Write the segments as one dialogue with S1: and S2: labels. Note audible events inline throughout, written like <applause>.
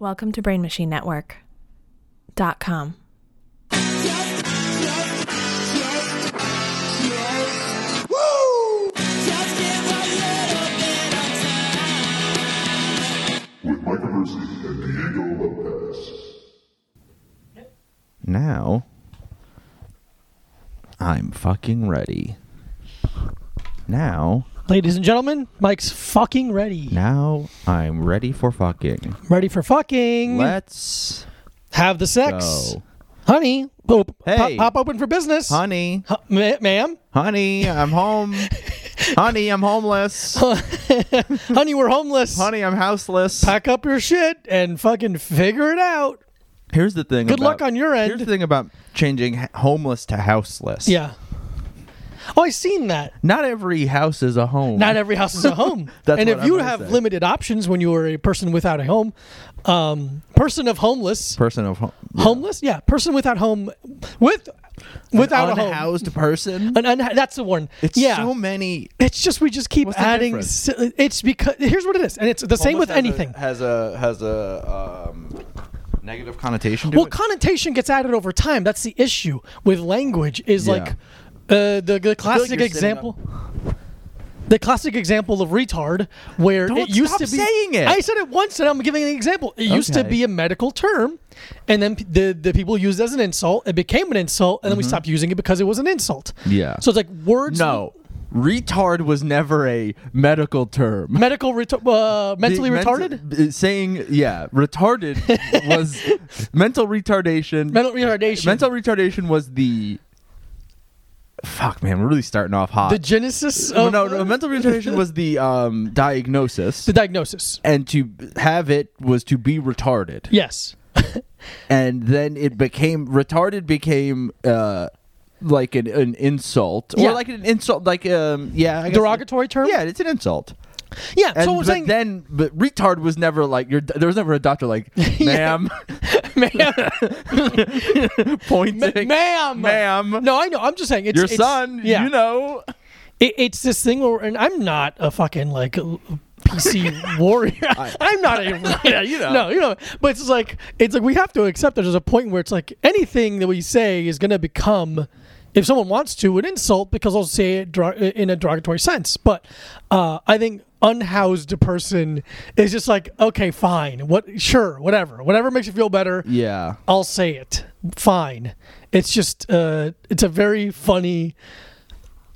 S1: Welcome to Brain Machine Network. Dot com.
S2: with Micah Mercy and Diego Lopez.
S3: Now, I'm fucking ready. Now,
S4: Ladies and gentlemen, Mike's fucking ready.
S3: now I'm ready for fucking.
S4: Ready for fucking.
S3: Let's
S4: Have the sex.
S3: go.
S4: Honey, boop,
S3: Hey.
S4: pop, pop open for business.
S3: Honey,
S4: Huh, ma- ma'am.
S3: honey, I'm
S4: <laughs>
S3: home. honey, I'm homeless.
S4: Honey, we're homeless.
S3: honey, I'm houseless.
S4: Pack up your shit and fucking figure it out.
S3: Here's the thing.
S4: Good
S3: about-
S4: luck on your end.
S3: Here's the thing about changing h- homeless to houseless.
S4: Yeah. Oh, I seen that.
S3: Not every house is a home.
S4: Not every
S3: <laughs>
S4: house is a home.
S3: That's
S4: and
S3: what
S4: if
S3: I'm
S4: you
S3: gonna
S4: have
S3: say.
S4: limited options when you are a person without a home, um, person of homeless,
S3: person of home.
S4: homeless, yeah, person without home, with without a home,
S3: unhoused person.
S4: an unha- that's the one.
S3: It's
S4: yeah,
S3: so many.
S4: It's just we just keep
S3: What's the
S4: adding.
S3: difference?
S4: si- It's because here's what it is, and it's the same with
S3: Homeless
S4: anything.
S3: has a has a um, negative connotation. To
S4: well,
S3: it.
S4: connotation gets added over time. That's the issue with language. Is
S3: Yeah.
S4: like uh, the the classic
S3: you're sitting
S4: example. The classic example of retard, where
S3: Don't
S4: it used
S3: stop
S4: to be.
S3: saying it.
S4: I said it once, and I'm giving an example. It used to
S3: Okay.
S4: be a medical term, and then p- the the people used it as an insult. It became an insult, and then we stopped using it because it was an insult.
S3: Mm-hmm. Yeah.
S4: So it's like words.
S3: no, retard was never a medical term.
S4: Medical retar- uh, mentally
S3: The-
S4: retarded.
S3: mental- uh, saying yeah,
S4: <laughs>
S3: retarded was mental retardation.
S4: mental retardation.
S3: mental retardation was the. Fuck man, we're really starting off hot.
S4: the genesis
S3: Oh,
S4: of
S3: no, no, mental retardation was the
S4: <laughs>
S3: um, diagnosis,
S4: the diagnosis.
S3: and to have it was to be retarded.
S4: Yes. <laughs>
S3: and then it became retarded became uh like an, an insult or
S4: Yeah.
S3: like an insult like um yeah I guess-
S4: Derogatory term?
S3: yeah it's an insult
S4: Yeah,
S3: and
S4: so I'm
S3: but
S4: saying <laughs>
S3: then but retard was never like your there was never a doctor like ma'am <laughs> pointing <laughs>
S4: ma'am.
S3: ma'am
S4: No, I know. I'm just saying it's
S3: your
S4: it's-
S3: son
S4: Yeah.
S3: you know
S4: It- it's this thing where and I'm not a fucking like a- a
S3: <laughs>
S4: PC warrior. <laughs> I'm not a
S3: Yeah, you know.
S4: No, you know. But it's just like it's like we have to accept that there's a point where it's like anything that we say is going to become if someone wants to an insult because I'll say it dro- in a derogatory sense. But uh, I think unhoused person is just like okay, fine. What sure, whatever. Whatever makes you feel better.
S3: yeah
S4: I'll say it. Fine. It's just uh it's a very funny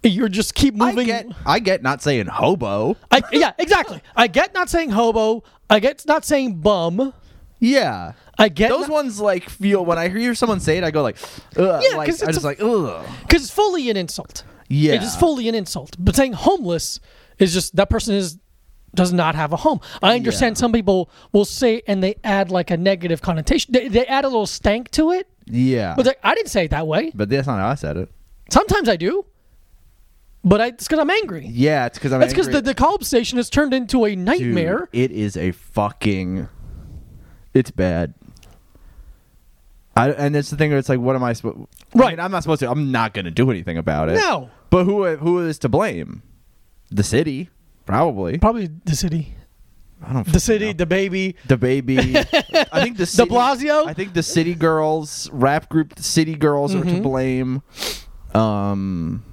S4: you're just keep moving
S3: I get I get not saying hobo
S4: I- yeah, exactly. I get not saying hobo. I get not saying bum.
S3: yeah
S4: I get
S3: those ones like feel when I hear someone say it I go like ugh,
S4: Yeah,
S3: like
S4: 'cause
S3: I
S4: it's
S3: just
S4: a-
S3: like ugh
S4: because it's fully an insult.
S3: Yeah.
S4: it is fully an insult. But saying homeless is just that person is does not have a home. I understand
S3: Yeah.
S4: some people will say and they add like a negative connotation. They, they add a little stank to it.
S3: yeah
S4: But it's like, I didn't say it that way.
S3: but that's not how I said it
S4: Sometimes I do, but I, it's because I'm angry.
S3: Yeah, it's because I'm.
S4: That's because
S3: angry.
S4: the, the call station has turned into a
S3: Dude,
S4: nightmare.
S3: It is a fucking. It's bad. I, and it's the thing where it's like, what am I supposed? I
S4: Right.
S3: mean, I'm not supposed to. I'm not going to do anything about it.
S4: No.
S3: But who who is to blame? The city, probably.
S4: Probably the city.
S3: I don't.
S4: The city, the baby.
S3: The
S4: <laughs>
S3: baby. I think the city,
S4: Blasio?
S3: I think the city girls rap group, the city girls are
S4: Mm-hmm.
S3: to blame. Um.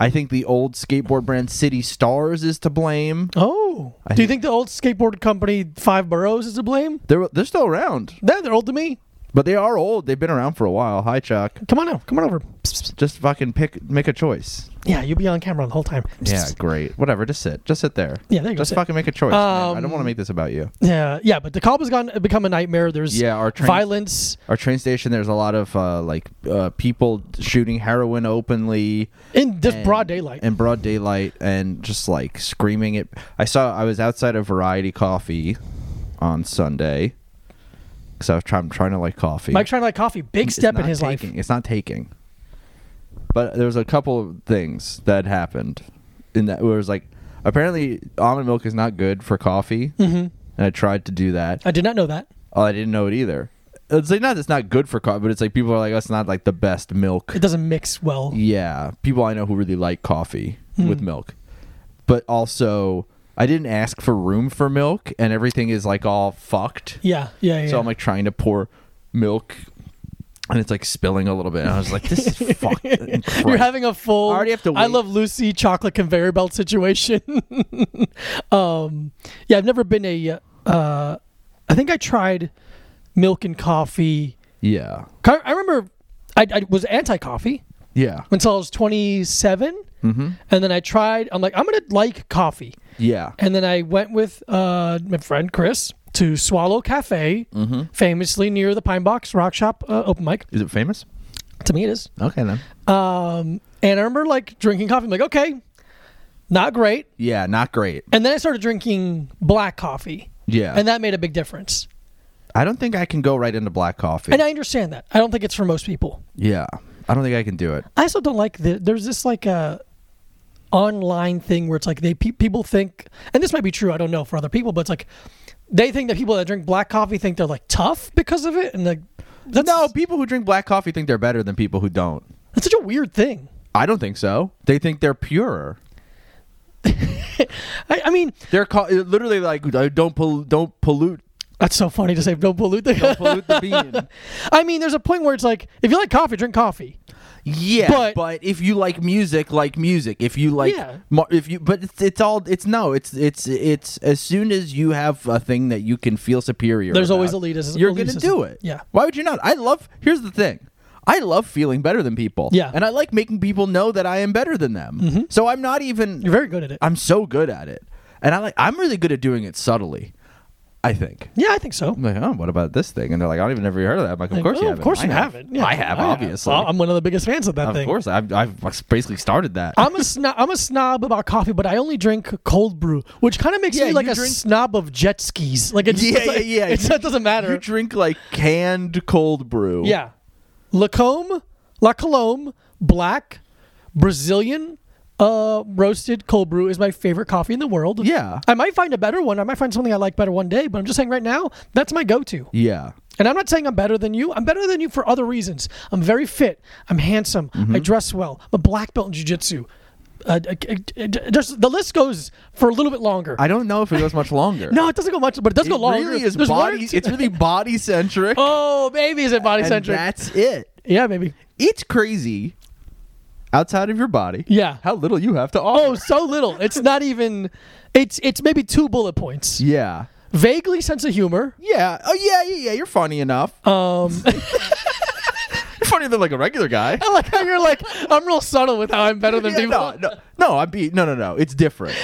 S3: I think the old skateboard brand City Stars is to blame.
S4: Oh.
S3: I
S4: Do
S3: think-
S4: you think the old skateboard company Five Boroughs is to blame?
S3: They're they're still around.
S4: No, they're old to me.
S3: But they are old. They've been around for a while. Hi, Chuck.
S4: Come on now. Come on over. Psst, psst.
S3: Just fucking pick, make a choice.
S4: Yeah, you'll be on camera the whole time. Psst,
S3: Yeah,
S4: psst.
S3: great. Whatever. Just sit. Just sit there.
S4: Yeah, there you go,
S3: Just
S4: sit.
S3: fucking make a choice. man. I don't
S4: Um,
S3: want to make this about you.
S4: Yeah, yeah, but the cop has gone become a nightmare. There's
S3: Yeah, our train-
S4: violence.
S3: Our train station. There's a lot of uh, like uh, people shooting heroin openly
S4: In just
S3: and-
S4: broad daylight.
S3: in broad daylight, and just like screaming it. I saw. I was outside of Variety Coffee on Sunday because I was trying, trying to like coffee.
S4: Mike's trying to like coffee. Big
S3: It's
S4: step in
S3: not
S4: his
S3: taking.
S4: life.
S3: It's not taking. But there was a couple of things that happened in that where it was like apparently almond milk is not good for coffee, mm-hmm. and I tried to do that.
S4: I did not know that.
S3: Oh, I didn't know it either. It's like not that it's not good for coffee, but it's like people are like, that's not like the best milk.
S4: It doesn't mix well. Hmm.
S3: Yeah, people I know who really like coffee with milk, but also I didn't ask for room for milk, and everything is like all fucked.
S4: Yeah, yeah, yeah.
S3: So I'm like trying to pour milk, and it's like spilling a little bit. And I was like, this
S4: <laughs>
S3: is fucked.
S4: You're having a full.
S3: I already have to
S4: I
S3: wait.
S4: love Lucy chocolate conveyor belt situation. <laughs> um, yeah, I've never been a. Uh, I think I tried milk and coffee.
S3: yeah,
S4: I I remember I, I was anti coffee
S3: yeah,
S4: until I was 27,
S3: mm-hmm.
S4: and then I tried. I'm like, I'm gonna like coffee,
S3: yeah,
S4: and then I went with uh, my friend Chris to Swallow Cafe,
S3: Mm-hmm.
S4: famously near the Pine Box Rock Shop uh, open mic.
S3: Is it famous?
S4: To me, it is.
S3: Okay then.
S4: Um, and I remember like drinking coffee. I'm like, okay, not great.
S3: Yeah, not great.
S4: And then I started drinking black coffee,
S3: Yeah,
S4: and that made a big difference.
S3: I don't think I can go right into black coffee.
S4: And I understand that. I don't think it's for most people.
S3: yeah, I don't think I can do it.
S4: I also don't like the. There's this like a online thing where it's like they pe- people think, and this might be true. I don't know for other people, but it's like they think that people that drink black coffee think they're like tough because of it, and like that's
S3: No, people who drink black coffee think they're better than people who don't.
S4: that's such a weird thing.
S3: I don't think so. They think they're purer.
S4: I, I mean,
S3: They're ca- literally like uh, don't pol- don't pollute
S4: that's so funny to say. Don't pollute the.
S3: don't pollute the bean.
S4: <laughs> I mean, there's a point where it's like if you like coffee, drink coffee.
S3: Yeah,
S4: But-
S3: but, if you like music, like music. If you like,
S4: Yeah.
S3: mo- if you, but it's, it's all. It's no. It's it's it's as soon as you have a thing that you can feel superior.
S4: There's always
S3: about,
S4: elitis-
S3: You're gonna
S4: elitism.
S3: do it.
S4: Yeah.
S3: Why would you not? I love. Here's the thing. I love feeling better than people.
S4: Yeah. Mm-hmm.
S3: And I like making people know that I am better than them. So I'm not even.
S4: You're very good at it.
S3: I'm so good at it, and I like. I'm really good at doing it subtly. I think.
S4: yeah, I think so.
S3: I'm like, oh, what about this thing? And they're like, I don't even never heard of that. I'm like, of
S4: Like,
S3: course
S4: oh,
S3: you haven't.
S4: Of course
S3: I
S4: you
S3: have.
S4: haven't. Yeah,
S3: I have, obviously.
S4: Well, I'm one of the biggest fans of that
S3: Of
S4: thing.
S3: course, I've, I've basically started that. <laughs>
S4: <laughs> I'm a snob. I'm a snob about coffee, but I only drink cold brew, which kind of makes
S3: Yeah,
S4: me like
S3: you
S4: a
S3: drink-
S4: snob of jet skis. Like it's, <laughs> it's like- It's,
S3: You-
S4: it doesn't matter.
S3: You drink like canned cold brew.
S4: yeah, Lacombe, La Colombe, black, Brazilian, uh, roasted cold brew is my favorite coffee in the world.
S3: Yeah.
S4: I might find a better one. I might find something I like better one day. But I'm just saying right now, that's my go-to.
S3: Yeah.
S4: And I'm not saying I'm better than you. I'm better than you for other reasons. I'm very fit. I'm handsome.
S3: Mm-hmm.
S4: I dress well. I'm a black belt in jujitsu. Uh, d- d- d- d- just the list goes for a little bit longer.
S3: I don't know if it goes much longer.
S4: <laughs> no, it doesn't go much, but it does
S3: it
S4: go longer.
S3: really is
S4: There's one or
S3: body.
S4: two-
S3: It's really body centric.
S4: <laughs> oh, maybe is it body
S3: and
S4: centric?
S3: that's it.
S4: Yeah, maybe.
S3: It's crazy. Outside of your body,
S4: Yeah.
S3: How little you have to
S4: Oh,
S3: offer.
S4: so little. It's not even. It's it's maybe two bullet points.
S3: yeah,
S4: Vaguely sense of humor.
S3: yeah. Oh yeah, yeah, yeah. You're funny enough.
S4: Um, <laughs>
S3: You're funnier than like a regular guy.
S4: I like how you're like I'm real subtle with how I'm better than
S3: Yeah,
S4: people.
S3: no, no, no. I'm being no, no, no. It's
S4: <laughs>
S3: different.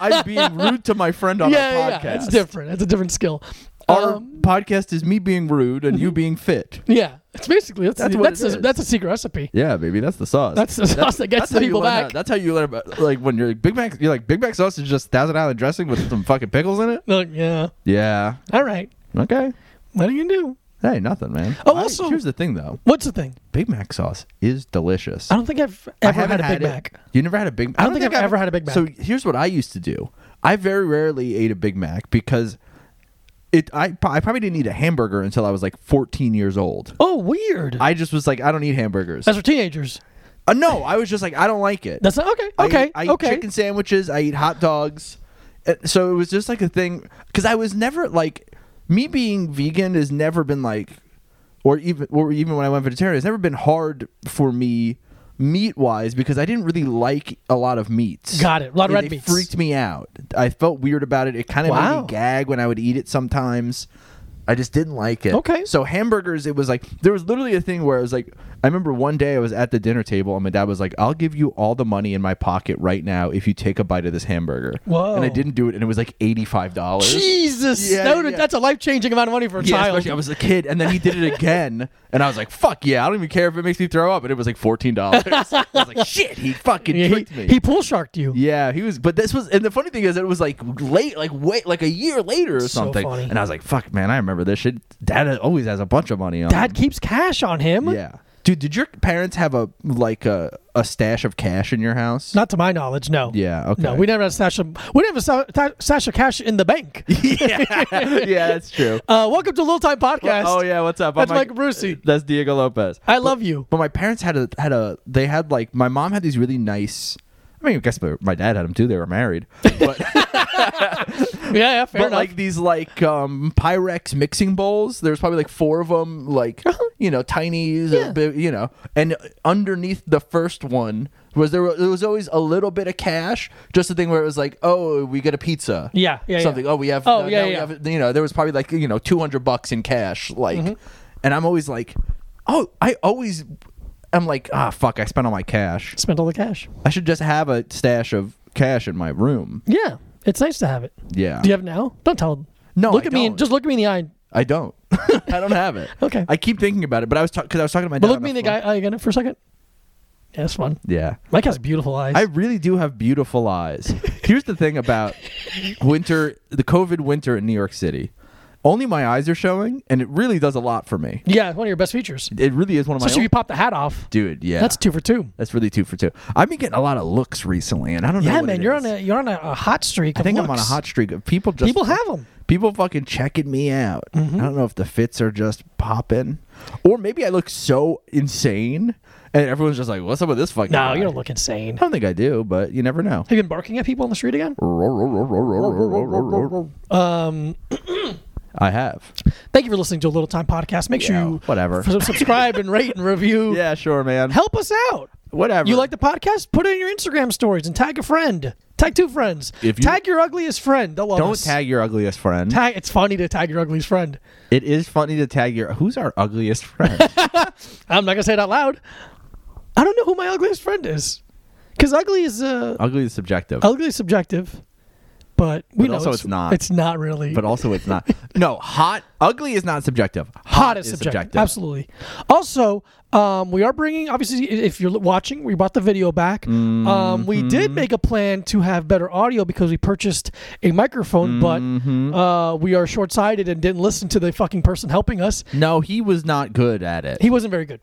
S3: I'm being rude to my friend on
S4: yeah,
S3: a
S4: yeah,
S3: podcast.
S4: yeah, it's different. It's a different skill.
S3: Our
S4: Um,
S3: podcast is me being rude and <laughs> you being fit.
S4: Yeah, it's basically that's
S3: That's
S4: the-
S3: what
S4: that's
S3: it
S4: a,
S3: is.
S4: that's a secret recipe.
S3: Yeah, baby, that's the sauce.
S4: That's the sauce that gets
S3: how
S4: the
S3: you
S4: people
S3: learn how-
S4: back.
S3: that's how you learn about like when you're like Big Mac. You're like Big Mac sauce is just Thousand Island dressing with some fucking pickles in it.
S4: They're like, yeah,
S3: Yeah.
S4: all right.
S3: Okay.
S4: What do you do?
S3: Hey, nothing, man.
S4: Oh,
S3: I-
S4: also-
S3: here's the thing though.
S4: What's the thing?
S3: Big Mac sauce is delicious.
S4: I don't think I've
S3: I
S4: ever had
S3: haven't
S4: a Big
S3: it.
S4: Mac.
S3: You never had a Big. I
S4: don't think I've ever had a Big Mac.
S3: So here's what I used to do. I very rarely ate a Big Mac because it. I I probably didn't eat a hamburger until I was like 14 years old.
S4: Oh, weird.
S3: I just was like, I don't eat hamburgers.
S4: that's for teenagers.
S3: Uh, no, I was just like, I don't like it.
S4: That's not okay.
S3: I
S4: Okay,
S3: eat- I eat,
S4: okay.
S3: chicken sandwiches. I eat hot dogs. Uh, So it was just like a thing because I was never like me being vegan has never been like, or even or even when I went vegetarian, it's never been hard for me meat wise because I didn't really like a lot of meats.
S4: Got it. A lot of
S3: And
S4: red
S3: they
S4: meats.
S3: Freaked me out. I felt weird about it. It kind of made
S4: Wow.
S3: me gag when I would eat it sometimes. I just didn't like it.
S4: Okay.
S3: So hamburgers, it was like there was literally a thing where I was like, I remember one day I was at the dinner table and my dad was like, "I'll give you all the money in my pocket right now if you take a bite of this hamburger."
S4: Whoa.
S3: And I didn't do it, and it was like eighty-five dollars.
S4: Jesus,
S3: Yeah,
S4: that would've-
S3: yeah.
S4: that's a life changing amount of money for a
S3: Yeah,
S4: child.
S3: especially I was a kid, and then he did it again, and I was like, "Fuck yeah, I don't even care if it makes me throw up." And it was like fourteen dollars. I was like, "Shit, he fucking
S4: Yeah, he,
S3: tricked me."
S4: he pool sharked you.
S3: Yeah, he was, but this was, and the funny thing is, it was like late, like wait, like a year later or
S4: So
S3: something.
S4: funny.
S3: And I was like, "Fuck, man, I remember this shit." Dad always has a bunch of money on.
S4: Dad keeps cash on him.
S3: him. yeah, dude, did your parents have a like a a stash of cash in your house?
S4: Not <laughs> to my knowledge, no.
S3: Yeah, okay.
S4: No, we never had a stash of we never had a sta- stash of cash in the bank.
S3: <laughs> <laughs> yeah, yeah, that's
S4: <laughs>
S3: true.
S4: Uh, welcome to Little Time Podcast.
S3: Oh yeah, what's up?
S4: That's
S3: I'm uh,
S4: Mike Brucey.
S3: That's Diego Lopez.
S4: I love you.
S3: But my parents had a had a
S4: <laughs>
S3: they had like my mom had these really nice. I mean, I guess my, my dad had them too. They were married, but
S4: yeah, yeah, fair
S3: but
S4: enough.
S3: like these like um Pyrex mixing bowls, there's probably like four of them, like you know, tinies,
S4: Uh-huh. Yeah.
S3: a bit, you know, and underneath the first one was there, there was always a little bit of cash, just a thing where it was like, oh, we get a pizza,
S4: Yeah, yeah, yeah.
S3: something. Oh, we have,
S4: Oh,
S3: uh,
S4: yeah,
S3: now we
S4: yeah.
S3: have- you know, there was probably like you know, two hundred bucks in cash, like,
S4: Mm-hmm.
S3: and I'm always like, oh, I always, I'm like, ah, fuck, I spent all my cash.
S4: Spent all the cash.
S3: I should just have a stash of cash in my room.
S4: Yeah, it's nice to have it.
S3: Yeah.
S4: Do you have it now? Don't tell them.
S3: No,
S4: Look
S3: I
S4: at me
S3: don't.
S4: and just look at me in the eye.
S3: I don't. <laughs> I don't have <laughs> it.
S4: Okay.
S3: I keep thinking about it, but I was because I was talking to my
S4: But
S3: dad.
S4: look
S3: on
S4: at me in the
S3: phone.
S4: guy eye again for a second. Yeah, that's fun.
S3: Yeah.
S4: Mike has beautiful eyes.
S3: I really do have beautiful eyes. Here's the thing about winter, the COVID winter in New York City. Only my eyes are showing, and it really does a lot for me.
S4: yeah, one of your best features.
S3: It really is one of my.
S4: Especially if you
S3: own-
S4: pop the hat off.
S3: Dude, yeah.
S4: That's two for two.
S3: That's really two for two. I've been getting a lot of looks recently, and I don't know.
S4: Yeah,
S3: what
S4: man,
S3: it
S4: you're
S3: is.
S4: on a you're on a, a hot streak.
S3: I
S4: of
S3: think I'm on a
S4: looks.
S3: hot streak of people just
S4: People have Mm-hmm. them.
S3: people fucking checking me out. I don't know if the fits are just popping, or maybe I look so insane and everyone's just like, "What's up with this fucking?"
S4: No,
S3: guy?"
S4: you don't look insane.
S3: I don't think I do, but you never know.
S4: Have you been barking at people on the street again? Um,
S3: <clears throat> I have.
S4: thank you for listening to a Little Time Podcast. Make
S3: Yeah,
S4: sure you
S3: whatever.
S4: f- subscribe and rate and review.
S3: <laughs> Yeah, sure, man.
S4: Help us out.
S3: Whatever.
S4: You like the podcast? Put it in your Instagram stories and tag a friend. Tag two friends.
S3: If you-
S4: tag your ugliest friend. They'll love
S3: Don't
S4: us.
S3: tag your ugliest friend.
S4: Tag. It's funny to tag your ugliest friend.
S3: It is funny to tag your. Who's our ugliest
S4: <laughs>
S3: friend?
S4: I'm not gonna say it out loud. I don't know who my ugliest friend is, because ugly is uh,
S3: Ugly is subjective,
S4: ugly is subjective, but we
S3: But
S4: know
S3: also it's not.
S4: It's not really.
S3: but also it's not. No, hot. Ugly is not subjective. Hot,
S4: hot is subjective. Absolutely. Also, um, we are bringing obviously i- if you're watching, we brought the video back. Um,
S3: Mm-hmm.
S4: we did make a plan to have better audio because we purchased a microphone,
S3: Mm-hmm.
S4: but uh, we are short-sighted and didn't listen to the fucking person helping us.
S3: No, he was not good at it.
S4: He wasn't very good.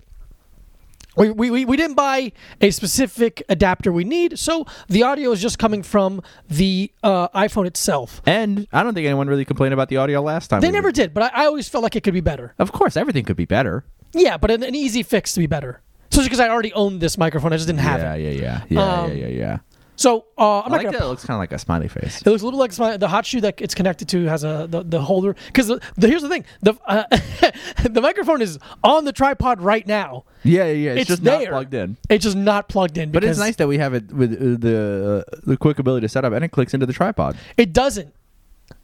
S4: We, we, we, we didn't buy a specific adapter we need, so the audio is just coming from the uh, iPhone itself.
S3: And I don't think anyone really complained about the audio last time.
S4: They
S3: we
S4: never
S3: did.
S4: did, but I, I always felt like it could be better.
S3: Of course, everything could be better.
S4: Yeah, but an, an easy fix to be better. So because I already owned this microphone, I just didn't have
S3: yeah,
S4: it.
S3: yeah, yeah, yeah,
S4: Um,
S3: yeah, yeah, yeah.
S4: So uh, I'm
S3: I
S4: not
S3: like
S4: gonna.
S3: that. It looks kind of like a smiley face.
S4: It looks a little like my, the hot shoe that it's connected to has a the, the holder because the, the, here's the thing the uh, <laughs> the microphone is on the tripod right now.
S3: Yeah, yeah, yeah. It's,
S4: It's
S3: just not
S4: there.
S3: plugged in.
S4: It's just not plugged in.
S3: But it's
S4: because
S3: nice that we have it with uh, the uh, the quick ability to set up, and it clicks into the tripod.
S4: It doesn't.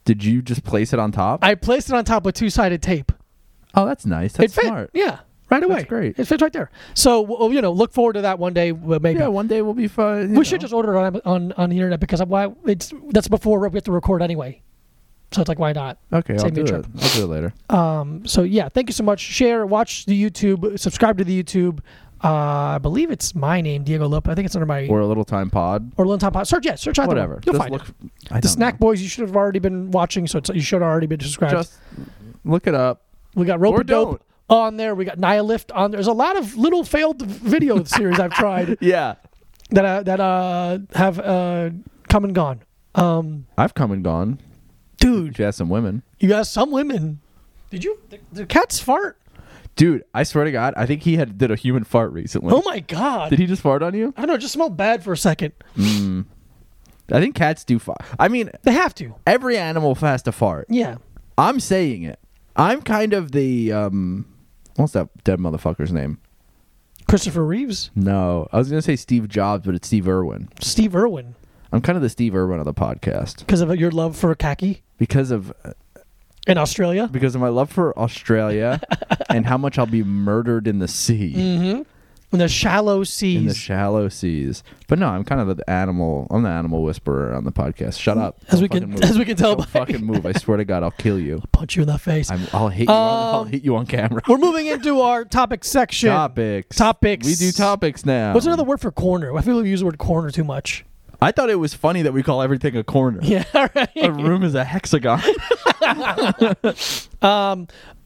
S3: Did you just place it on top?
S4: I placed it on top with two sided tape.
S3: oh, that's nice. That's
S4: it fit.
S3: smart.
S4: Yeah, right away.
S3: great.
S4: It fits right there. So well, you know, look forward to that one day. well, Maybe
S3: Yeah, one day we'll be fine.
S4: we should just order it on, on on the internet because why it's that's before we have to record anyway. So it's like why not?
S3: okay. I'll
S4: save me
S3: do
S4: a
S3: it.
S4: trip.
S3: I'll do it later.
S4: Um, so yeah, thank you so much. Share, watch the YouTube, subscribe to the YouTube. Uh, I believe it's my name, Diego Lopez. I think it's under my
S3: or
S4: or,
S3: a little time pod.
S4: or Lone Top Pod. Search, yeah, search either
S3: Whatever.
S4: One. You'll
S3: just
S4: find
S3: look.
S4: it.
S3: I don't
S4: The Snack
S3: know.
S4: Boys. You should have already been watching, so it's, you should have already been subscribed.
S3: Just look it up.
S4: we got Rope
S3: or
S4: a Dope
S3: don't.
S4: on there. We got Nihilift on there. There's a lot of little
S3: <laughs>
S4: failed video series I've tried
S3: Yeah.
S4: that uh, that uh, have uh, come and gone. Um,
S3: I've come and gone.
S4: dude,
S3: If you ask some women.
S4: you got some women. Did you? The, the cats fart.
S3: Dude, I swear to God, I think he had did a human fart recently.
S4: Oh my god.
S3: Did he just fart on you?
S4: I don't know. It just smelled bad for a second.
S3: I think cats do fart. I mean,
S4: They have to.
S3: every animal has to fart.
S4: Yeah.
S3: I'm saying it. I'm kind of the um, what's that dead motherfucker's name?
S4: Christopher Reeves,
S3: No, I was gonna say Steve Jobs, but it's Steve Irwin.
S4: Steve Irwin,
S3: I'm kind of the Steve Irwin of the podcast
S4: because of your love for khaki
S3: because of
S4: in Australia.
S3: because of my love for
S4: <laughs>
S3: Australia and how much I'll be murdered in the sea.
S4: In the shallow
S3: In the
S4: seas.
S3: shallow seas, but no, I'm kind of the animal. I'm the animal whisperer on the podcast. Shut up!
S4: as we
S3: Don't
S4: can
S3: fucking move.
S4: as we can tell by
S3: Don't fucking move! I swear to God, I'll kill you.
S4: punch you in the face.
S3: I'm, I'll hit you. on, I'll
S4: Um,
S3: hit you on camera.
S4: We're moving into our topic section.
S3: Topics.
S4: Topics.
S3: We do topics now.
S4: What's another word for corner? I feel like we use the word corner too much.
S3: I thought it was funny that we call everything a corner.
S4: <laughs> Yeah,
S3: A
S4: right.
S3: room is a hexagon.
S4: <laughs>
S3: <laughs>
S4: Um, uh,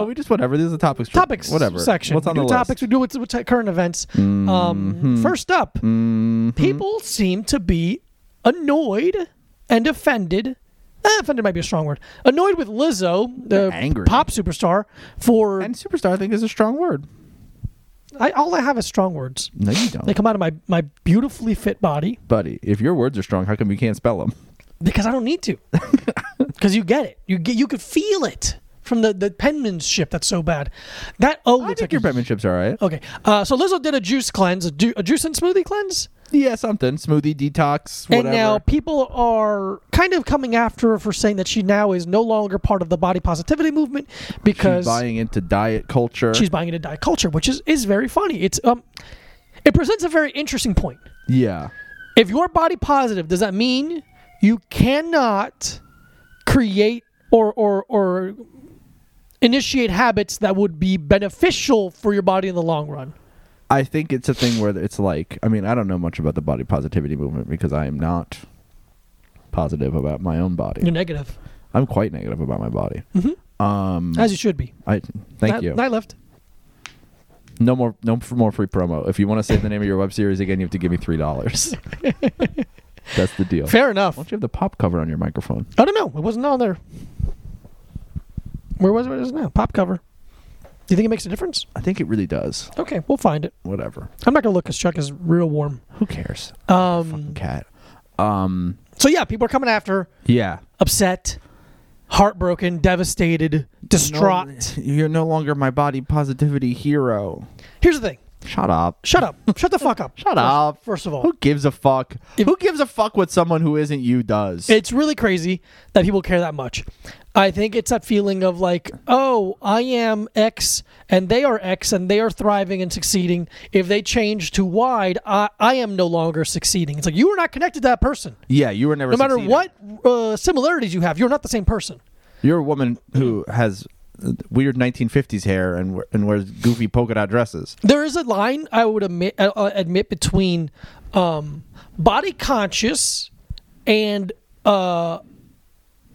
S3: no, we just whatever. These are topics. for-
S4: topics
S3: Whatever.
S4: section.
S3: What's on
S4: we
S3: the
S4: do topics.
S3: list? Mm-hmm.
S4: We do what's, what's at current events. Um, first up, people seem to be annoyed and offended. Eh, offended might be a strong word. Annoyed with Lizzo, the
S3: angry.
S4: pop superstar, for
S3: And superstar, I think, is a strong word.
S4: I, all I have is strong words.
S3: No, you don't,
S4: They come out of my my beautifully fit body.
S3: buddy. If your words are strong, how come you can't spell them?
S4: because I don't need
S3: <laughs>
S4: to. Because you get it. You get you could feel it from the the penmanship that's so bad. That oh,
S3: I
S4: looks
S3: think
S4: like
S3: your
S4: a-
S3: penmanship's all right.
S4: Okay, uh, so Lizzo did a juice cleanse, a, ju- a juice and smoothie cleanse,
S3: Yeah, something smoothie detox. Whatever.
S4: and now people are kind of coming after her for saying that she now is no longer part of the body positivity movement because
S3: she's buying into diet culture.
S4: she's buying into diet culture, which is is very funny. It's um, it presents a very interesting point.
S3: yeah,
S4: if you're body positive, does that mean you cannot create or or or initiate habits that would be beneficial for your body in the long run?
S3: I think it's a thing where it's like. I mean, I don't know much about the body positivity movement because I am not positive about my own body.
S4: You're negative,
S3: I'm quite negative about my body.
S4: Mm.
S3: Um,
S4: as you should be.
S3: I thank
S4: Night-
S3: you.
S4: Night left.
S3: No more, no f- more free promo. If you want to say the name of your web series again, you have to give me three
S4: <laughs>
S3: dollars. That's the deal.
S4: Fair enough.
S3: Why don't you have the pop cover on your microphone?
S4: I don't know. It wasn't on there. Where was it? It is now. Pop cover. Do you think it makes a difference?
S3: I think it really does.
S4: Okay, we'll find it.
S3: Whatever.
S4: I'm not gonna look because Chuck is real warm.
S3: Who cares?
S4: Um,
S3: Cat. Um.
S4: so yeah, people are coming after her,
S3: Yeah.
S4: upset, heartbroken, devastated,
S3: <laughs>
S4: distraught.
S3: No- you're no longer my body positivity hero.
S4: Here's the thing.
S3: Shut up.
S4: Shut up. Shut the fuck up.
S3: Shut
S4: first,
S3: up.
S4: First of all,
S3: Who gives a fuck?
S4: If-
S3: Who gives a fuck what someone who isn't you does?
S4: it's really crazy that people care that much. I think it's that feeling of like, oh, I am X and they are X and they are thriving and succeeding. If they change to Y, I, I am no longer succeeding. It's like you are not connected to that person.
S3: yeah, you were never.
S4: No matter
S3: succeeding.
S4: what uh, similarities you have, you're not the same person.
S3: You're a woman who has uh, weird 1950s hair and we- and wears goofy polka dot dresses.
S4: There is a line I would admit, uh, admit between um, body conscious and uh,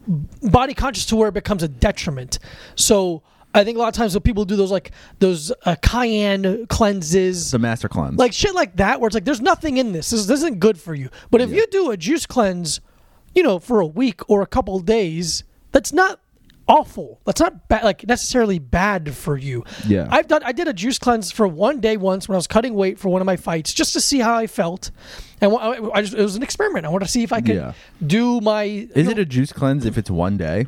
S4: body conscious to where it becomes a detriment. So I think a lot of times when people do those like those uh, cayenne cleanses,
S3: The master cleanse.
S4: like shit like that, where it's like there's nothing in this. This, this isn't good for you. But if you do a juice cleanse, you know, for a week or a couple days, that's not awful. That's not bad, like necessarily bad for you.
S3: Yeah.
S4: I've done. I did a juice cleanse for one day once when I was cutting weight for one of my fights, just to see how I felt, and wh- I I just it was an experiment. I wanted to see if I could
S3: Yeah.
S4: do my
S3: Is it a juice cleanse if it's one day?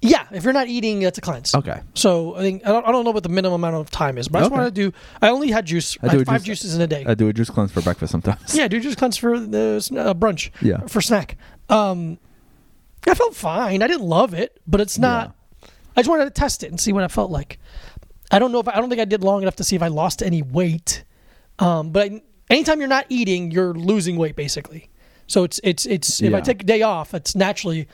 S4: Yeah, if you're not eating, that's a cleanse.
S3: Okay.
S4: So I think I don't, I don't know what the minimum amount of time is, but I just
S3: Okay.
S4: want to do. I only had juice. I,
S3: do a
S4: had five
S3: juice-
S4: juices in a day.
S3: I do a juice cleanse for breakfast sometimes.
S4: yeah, do juice cleanse for the s- uh, brunch.
S3: Yeah.
S4: For snack. Um, I felt fine. I didn't love it, but it's not. I just wanted to test it and see what it felt like. I don't know if I, I don't think I did long enough to see if I lost any weight. Um, but I, anytime you're not eating, you're losing weight basically. So it's it's it's if I
S3: Yeah.
S4: take a day off, it's naturally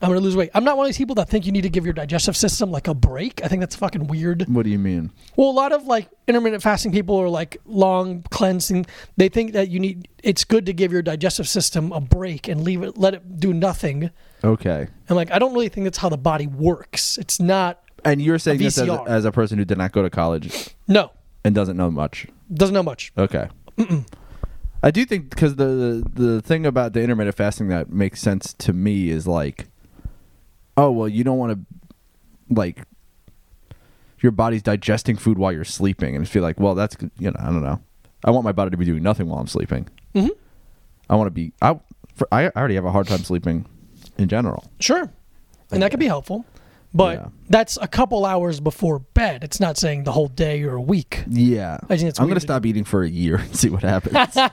S4: I'm gonna lose weight. I'm not one of these people that think you need to give your digestive system like a break. I think that's fucking weird.
S3: <laughs> What do you mean?
S4: Well, a lot of like intermittent fasting people or like long cleansing, they think that you need it's good to give your digestive system a break and leave it let it do nothing.
S3: Okay.
S4: And like I don't really think that's how the body works. It's not
S3: And you're saying this as,
S4: VCR.
S3: as a person who did not go to college
S4: no,
S3: and doesn't know much.
S4: doesn't know much.
S3: Okay. I do think because the the thing about the intermittent fasting that makes sense to me is like, oh well, you don't want to like your body's digesting food while you're sleeping and feel like, well, that's good- you know, I don't know. I want my body to be doing nothing while I'm sleeping.
S4: Mhm.
S3: I want to be. I for, I already have a hard time sleeping in general.
S4: Sure. And that could be helpful. But
S3: Yeah.
S4: that's a couple hours before bed. It's not saying the whole day or a week.
S3: Yeah,
S4: I think it's
S3: I'm gonna
S4: weird to
S3: stop eating for a year and <laughs> see what
S4: <laughs>
S3: happens. I'm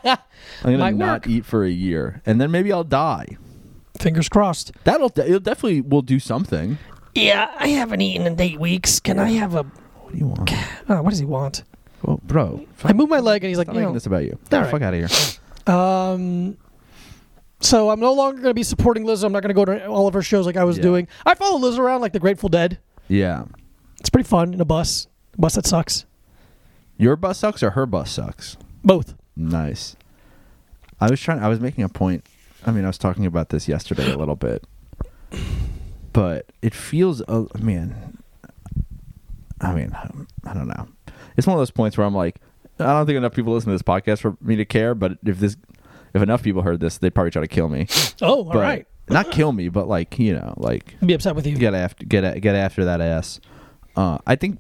S3: gonna
S4: Might
S3: not
S4: work.
S3: eat for a year, and then maybe I'll die.
S4: Fingers crossed.
S3: That'll de- it'll definitely will do something.
S4: Yeah, I haven't eaten in eight weeks. Can I have a
S3: What do you want,
S4: uh, what does he want?
S3: well, bro?
S4: I move my leg and he's like,
S3: I'm
S4: you
S3: making
S4: know,
S3: this about you.
S4: all right.
S3: Fuck out of here.
S4: Um, so I'm no longer going to be supporting Liz. I'm not going to go to all of her shows like I was
S3: Yeah.
S4: doing. I follow Liz around like the Grateful Dead.
S3: Yeah,
S4: It's pretty fun in a bus. bus that sucks.
S3: your bus sucks or her bus sucks.
S4: Both.
S3: Nice. I was trying. I was making a point. I mean, I was talking about this yesterday a little bit, but it feels. Uh, man, I mean, I don't know. It's one of those points where I'm like, I don't think enough people listen to this podcast for me to care. But if this, if enough people heard this, they'd probably try to kill me.
S4: Oh, all
S3: but,
S4: right.
S3: Not kill me, but like you know, like
S4: I'd Be upset with you.
S3: get after get a- get after that ass. Uh, I think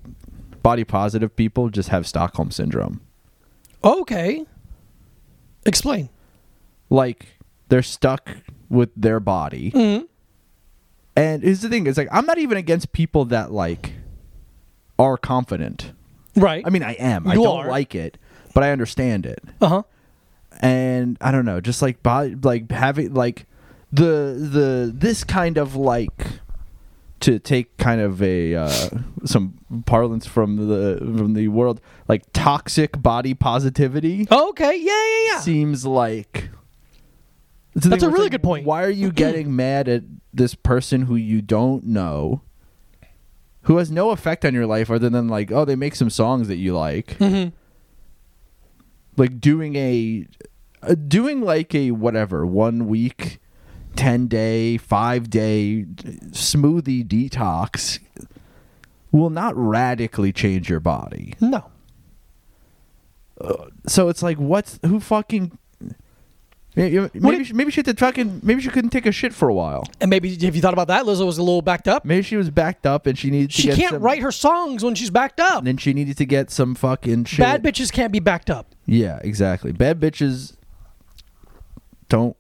S3: body positive people just have Stockholm syndrome.
S4: Okay. Explain.
S3: like they're stuck with their body.
S4: Mm-hmm.
S3: And here's the thing: it's like I'm not even against people that like are confident.
S4: Right.
S3: I mean, I am. I
S4: You
S3: don't
S4: are.
S3: like it, but I understand it.
S4: uh huh.
S3: And I don't know, just like body, like having like the the this kind of like to take kind of a uh, some parlance from the from the world like toxic body positivity
S4: Okay. Yeah, yeah, yeah.
S3: seems like It's the thing
S4: That's a
S3: where it's
S4: really
S3: like,
S4: good point.
S3: Why are
S4: <clears throat>
S3: you getting mad at this person who you don't know, who has no effect on your life other than like, oh, they make some songs that you like,
S4: Mhm.
S3: like doing a, uh, doing like a whatever one week, ten day, five day uh, smoothie detox will not radically change your body
S4: No.
S3: so it's like what's who fucking maybe maybe,
S4: did-
S3: she, maybe she had to fucking maybe she couldn't take a shit for a while
S4: And maybe if you thought about that, Lizzo was a little backed up.
S3: maybe she was backed up and she needed to
S4: She
S3: get
S4: can't
S3: some,
S4: write her songs when she's backed up.
S3: and then she needed to get some fucking shit
S4: Bad bitches can't be backed up.
S3: yeah exactly bad bitches don't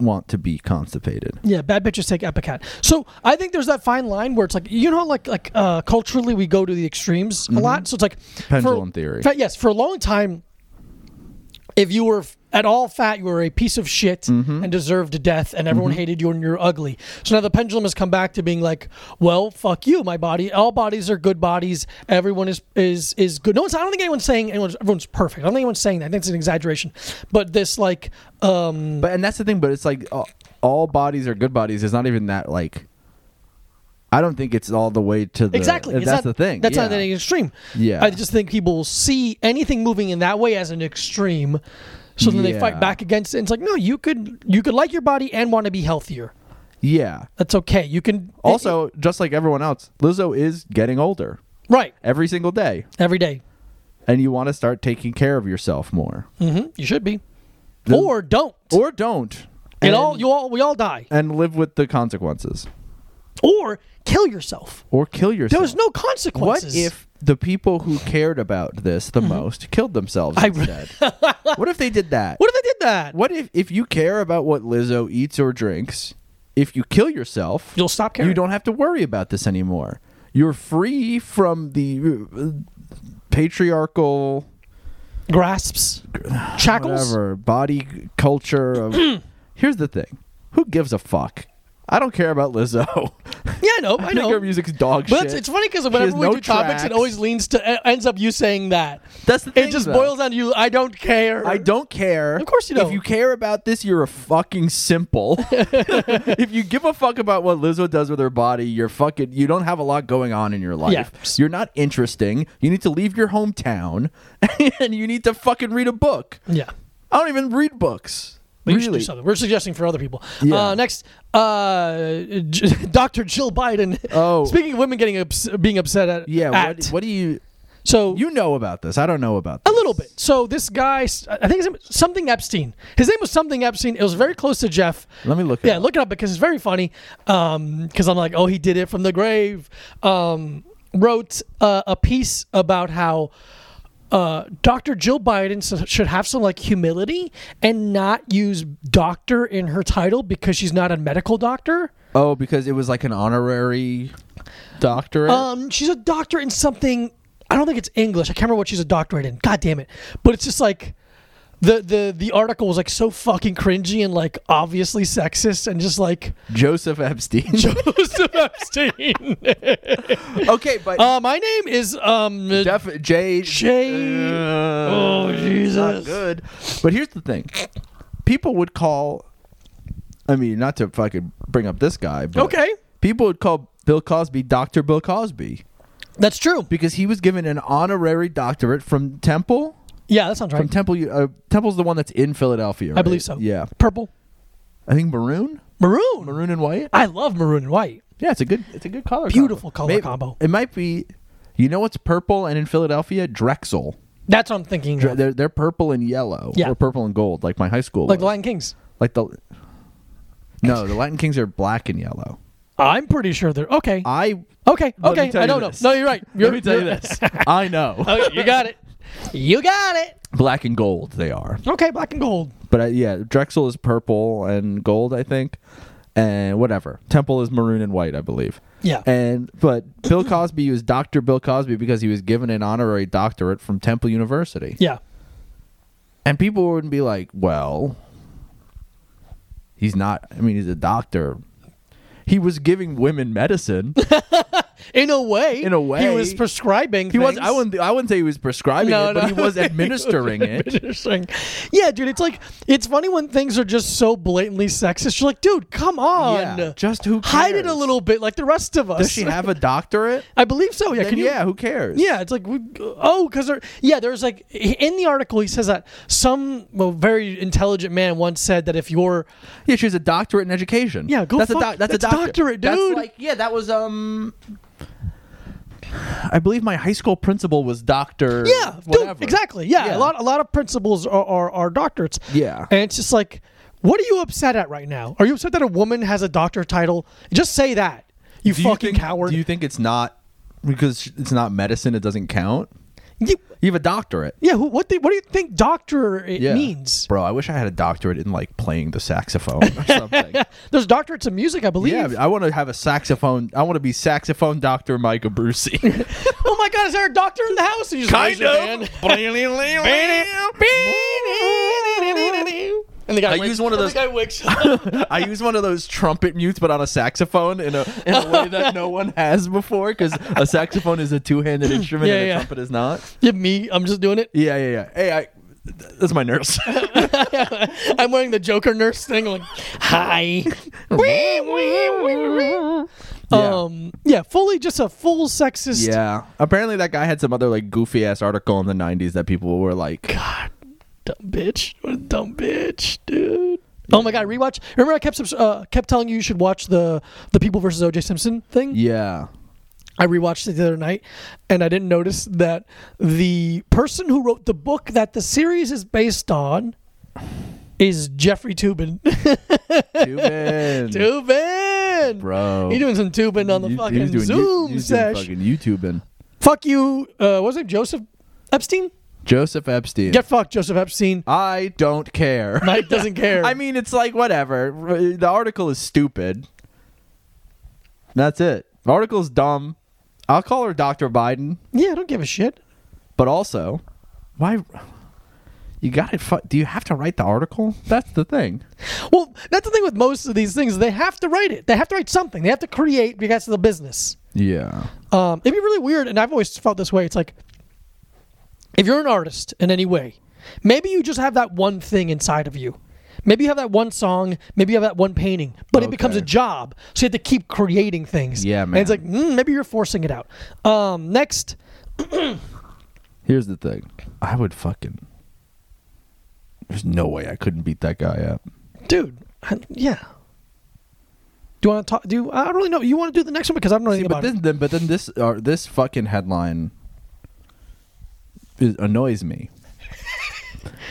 S3: want to be constipated
S4: Yeah, bad bitches take Epicat. So I think there's that fine line where it's like you know, like like uh, culturally we go to the extremes a lot. So it's like
S3: Mm-hmm. Pendulum
S4: for,
S3: theory.
S4: fa- yes, for a long time, if you were f- at all fat, you were a piece of shit
S3: Mm-hmm.
S4: and deserved death, and everyone hated you and you're ugly. So now the pendulum has come back to being like, well, fuck you, my body. All bodies are good bodies. Everyone is is is good. No one's. I don't think anyone's saying anyone's everyone's perfect. I don't think anyone's saying that. I think it's an exaggeration. But this like. um
S3: but and that's the thing but it's like all, all bodies are good bodies it's not even that like i don't think it's all the way to the
S4: Exactly. It's
S3: that's
S4: not-
S3: the thing
S4: That's not
S3: yeah.
S4: an extreme.
S3: Yeah.
S4: I just think people will see anything moving in that way as an extreme, so then they
S3: Yeah.
S4: fight back against it. And it's like, no, you could you could like your body and want to be healthier.
S3: yeah
S4: That's okay. You can
S3: also just like everyone else lizzo is getting older
S4: right
S3: every single day
S4: every day.
S3: and you want to start taking care of yourself more
S4: Mm-hmm. You should be, or don't.
S3: or don't
S4: and all you all we all die,
S3: and live with the consequences
S4: or kill yourself.
S3: or kill yourself
S4: There was no
S3: what
S4: consequences. Mm-hmm.
S3: if the people who cared about this the most killed themselves
S4: I-
S3: instead
S4: <laughs>
S3: what if they did that
S4: What if they did that?
S3: What if if you care about what lizzo eats or drinks if you kill yourself
S4: You'll stop caring.
S3: you don't have to worry about this anymore you're free from the uh, patriarchal
S4: grasps,
S3: <sighs>
S4: shackles.
S3: whatever body culture
S4: <clears throat>
S3: of here's the thing who gives a fuck i don't care about lizzo <laughs>
S4: Yeah, I know. I,
S3: i
S4: know.
S3: think her music's dog
S4: But
S3: shit
S4: it's, it's funny because
S3: She
S4: whenever
S3: has
S4: we
S3: no
S4: do topics, it
S3: tracks.
S4: always leans to e- ends up you saying that.
S3: That's the
S4: It
S3: thing,
S4: just
S3: though.
S4: boils down to you. I don't care.
S3: I don't care.
S4: Of course you
S3: If
S4: don't.
S3: you care about this, you're a fucking
S4: <laughs>
S3: simple. <laughs> if you give a fuck about what Lizzo does with her body, you're fucking. You don't have a lot going on in your life.
S4: Yeah.
S3: You're not interesting. You need to leave your hometown, <laughs> and you need to fucking read a book.
S4: Yeah.
S3: I don't even read books.
S4: But you should do
S3: really?
S4: something. We're suggesting for other people.
S3: Yeah.
S4: Uh, next, uh, J- <laughs> Dr. Jill Biden.
S3: Oh.
S4: Speaking of women getting ups- being upset at.
S3: Yeah.
S4: At,
S3: What, what do you?
S4: so
S3: You know about this? I don't know about
S4: a
S3: this.
S4: little bit. So this guy, s- I think his name, something Epstein. His name was something Epstein. It was very close to Jeff.
S3: Let me look it
S4: Yeah,
S3: up.
S4: look it up because it's very funny. Because I'm like, oh, he did it from the grave. Um, wrote uh, a piece about how uh, Dr. Jill Biden s- should have some like humility and not use doctor in her title because she's not a medical doctor.
S3: Oh, because it was like an honorary doctorate.
S4: Um, she's a doctor in something. I don't think it's English. I can't remember what she's a doctorate in. God damn it! But it's just like the the the article was like so fucking cringy and like obviously sexist and
S3: <laughs>
S4: just like
S3: Joseph Epstein.
S4: Joseph Epstein.
S3: <laughs> okay, but
S4: uh, my name is um.
S3: Def- Jay.
S4: Jay- Oh,
S3: it's
S4: Jesus.
S3: Not good. But here's the thing: people would call. I mean, not to fucking bring up this guy, but
S4: Okay.
S3: people would call Bill Cosby Doctor Bill Cosby
S4: That's true.
S3: because he was given an honorary doctorate from Temple.
S4: Yeah, that sounds
S3: From
S4: right.
S3: Temple, U- uh, Temple's the one that's in Philadelphia.
S4: I
S3: right?
S4: believe so.
S3: Yeah,
S4: Purple,
S3: I think maroon,
S4: maroon.
S3: maroon and white.
S4: I love maroon and white.
S3: Yeah, it's a good, it's a good color.
S4: Beautiful
S3: combo.
S4: color
S3: Maybe-
S4: combo.
S3: It might be, you know, what's purple and in Philadelphia, Drexel.
S4: That's what I'm thinking.
S3: Dr-
S4: of.
S3: They're they're purple and yellow,
S4: Yeah.
S3: or purple and gold, like my high school.
S4: Like
S3: was.
S4: Lion Kings.
S3: like the no, the Latin Kings are black and yellow.
S4: I'm pretty sure they're okay.
S3: I
S4: okay,
S3: Let me
S4: okay.
S3: tell
S4: I
S3: you
S4: don't
S3: this.
S4: <laughs> know. No, Oh, you're Oh, right. You're,
S3: let me tell you
S4: you're-
S3: this. I know.
S4: Okay, you got it. You got it.
S3: Black and gold, they are.
S4: Okay, black and gold.
S3: But uh, yeah, Drexel is purple and gold, I think, and whatever. Temple is maroon and white, I believe.
S4: Yeah.
S3: And but Bill Cosby was Doctor Bill Cosby because he was given an honorary doctorate from Temple University,
S4: Yeah.
S3: and people wouldn't be like, "Well, he's not. I mean, he's a doctor. He was giving women medicine.
S4: In a way.
S3: In a
S4: <laughs> He
S3: way.
S4: was prescribing
S3: He was.
S4: things.
S3: I wouldn't. I wouldn't say he was prescribing
S4: No,
S3: it, but
S4: no.
S3: he was
S4: <laughs> He was
S3: administering it.
S4: Interesting. Yeah, dude, it's like it's funny when things are just so blatantly sexist. You're like, dude, come on.
S3: Yeah, just who
S4: hide it a
S3: cares?
S4: little bit like the rest of us.
S3: Does she have a
S4: <laughs>
S3: doctorate?
S4: I believe so. Oh, Yeah,
S3: Then
S4: can you
S3: yeah, who cares?
S4: Yeah, it's like we, oh, because there, yeah, there's like in the article he says that some well, very intelligent man once said that if you're
S3: Yeah, she has a doctorate in education.
S4: Yeah, go
S3: that's a
S4: fuck-
S3: doc- that's,
S4: that's
S3: a doctor-
S4: doctorate,
S3: That's
S4: dude.
S3: like, yeah, that was um. I believe my high school principal was doctor.
S4: yeah, dude,
S3: whatever.
S4: exactly, yeah,
S3: Yeah.
S4: a lot a lot of principles are, are are doctorates.
S3: Yeah.
S4: and it's just like, what are you upset at right now? Are you upset that a woman has a doctor title? Just say that. You
S3: Do you
S4: fucking
S3: think-
S4: coward.
S3: Do you think it's not because it's not medicine? It doesn't count.
S4: You-
S3: You have a doctorate.
S4: yeah, who, what do, what do you think doctor it
S3: Yeah.
S4: means?
S3: bro. I wish I had a doctorate in like playing the saxophone or
S4: <laughs>
S3: something.
S4: There's doctorates in music, I believe.
S3: yeah, I want to have a saxophone. I want to be saxophone doctor Micah Brucey. <laughs>
S4: oh my God, is there a doctor in the house? And you just raise
S3: <laughs>
S4: your hand. <laughs> And the guy
S3: I
S4: wakes-
S3: use one of
S4: and
S3: those-
S4: The guy wakes
S3: I use one of those trumpet mutes, but on a saxophone in a, in a way that no one has before, because a saxophone is a two-handed instrument
S4: Yeah,
S3: and a
S4: yeah.
S3: trumpet is not.
S4: <laughs> Yeah, me. I'm just doing it.
S3: Yeah, yeah, yeah. Hey, I, th- that's my nurse. <laughs>
S4: <laughs> I'm wearing the Joker nurse thing. Like, <laughs> hi. Um. Yeah. Fully, just a full sexist.
S3: yeah. Apparently, that guy had some other like goofy ass article in the '90s that people were like,
S4: Dumb bitch. What a dumb bitch, dude. Oh my god, rewatch. Remember, I kept subs- uh, kept telling you you should watch the the People versus O.J. Simpson thing. <laughs>
S3: "Yeah,
S4: I rewatched it the other night, and I didn't notice that the person who wrote the book that the series is based on is Jeffrey <laughs> Tubin.
S3: Tubin,
S4: Tubin,
S3: bro,
S4: He doing some tubing on the
S3: You-
S4: fucking
S3: Oh. he's doing you-
S4: Zoom
S3: he's doing
S4: sesh.
S3: fucking YouTubing."
S4: Fuck you. Uh, what was it Joseph Epstein?
S3: Joseph Epstein.
S4: Get fucked,
S3: <laughs>
S4: Joseph Epstein. <laughs>
S3: I don't care.
S4: Mike doesn't
S3: <laughs>
S4: care.
S3: I mean, it's like whatever. The article is stupid. That's it. The article's dumb. I'll call her Dr. Biden,
S4: yeah, I don't give a shit.
S3: but also, why? You got it. Fu- Do you have to write the article? That's the thing.
S4: Well, that's the thing with most of these things. They have to write it. They have to write something. They have to create because of the business.
S3: Yeah.
S4: Um, it'd be really weird, and I've always felt this way. It's like if you're an artist in any way, maybe you just have that one thing inside of you. Maybe you have that one song. Maybe you have that one painting, but it becomes a
S3: Okay.
S4: job. So you have to keep creating things.
S3: Yeah,
S4: And it's
S3: man.
S4: like mm, maybe you're forcing it out. Um, next,
S3: Here's the thing. I would fucking. There's no way I couldn't beat that guy up.
S4: dude. I- yeah. Do you want to talk? Do you, I don't really know. You want to do the next one because I don't know
S3: See,
S4: anything
S3: but
S4: about
S3: then,
S4: it.
S3: then, but then this uh, this fucking headline is, annoys <laughs> me.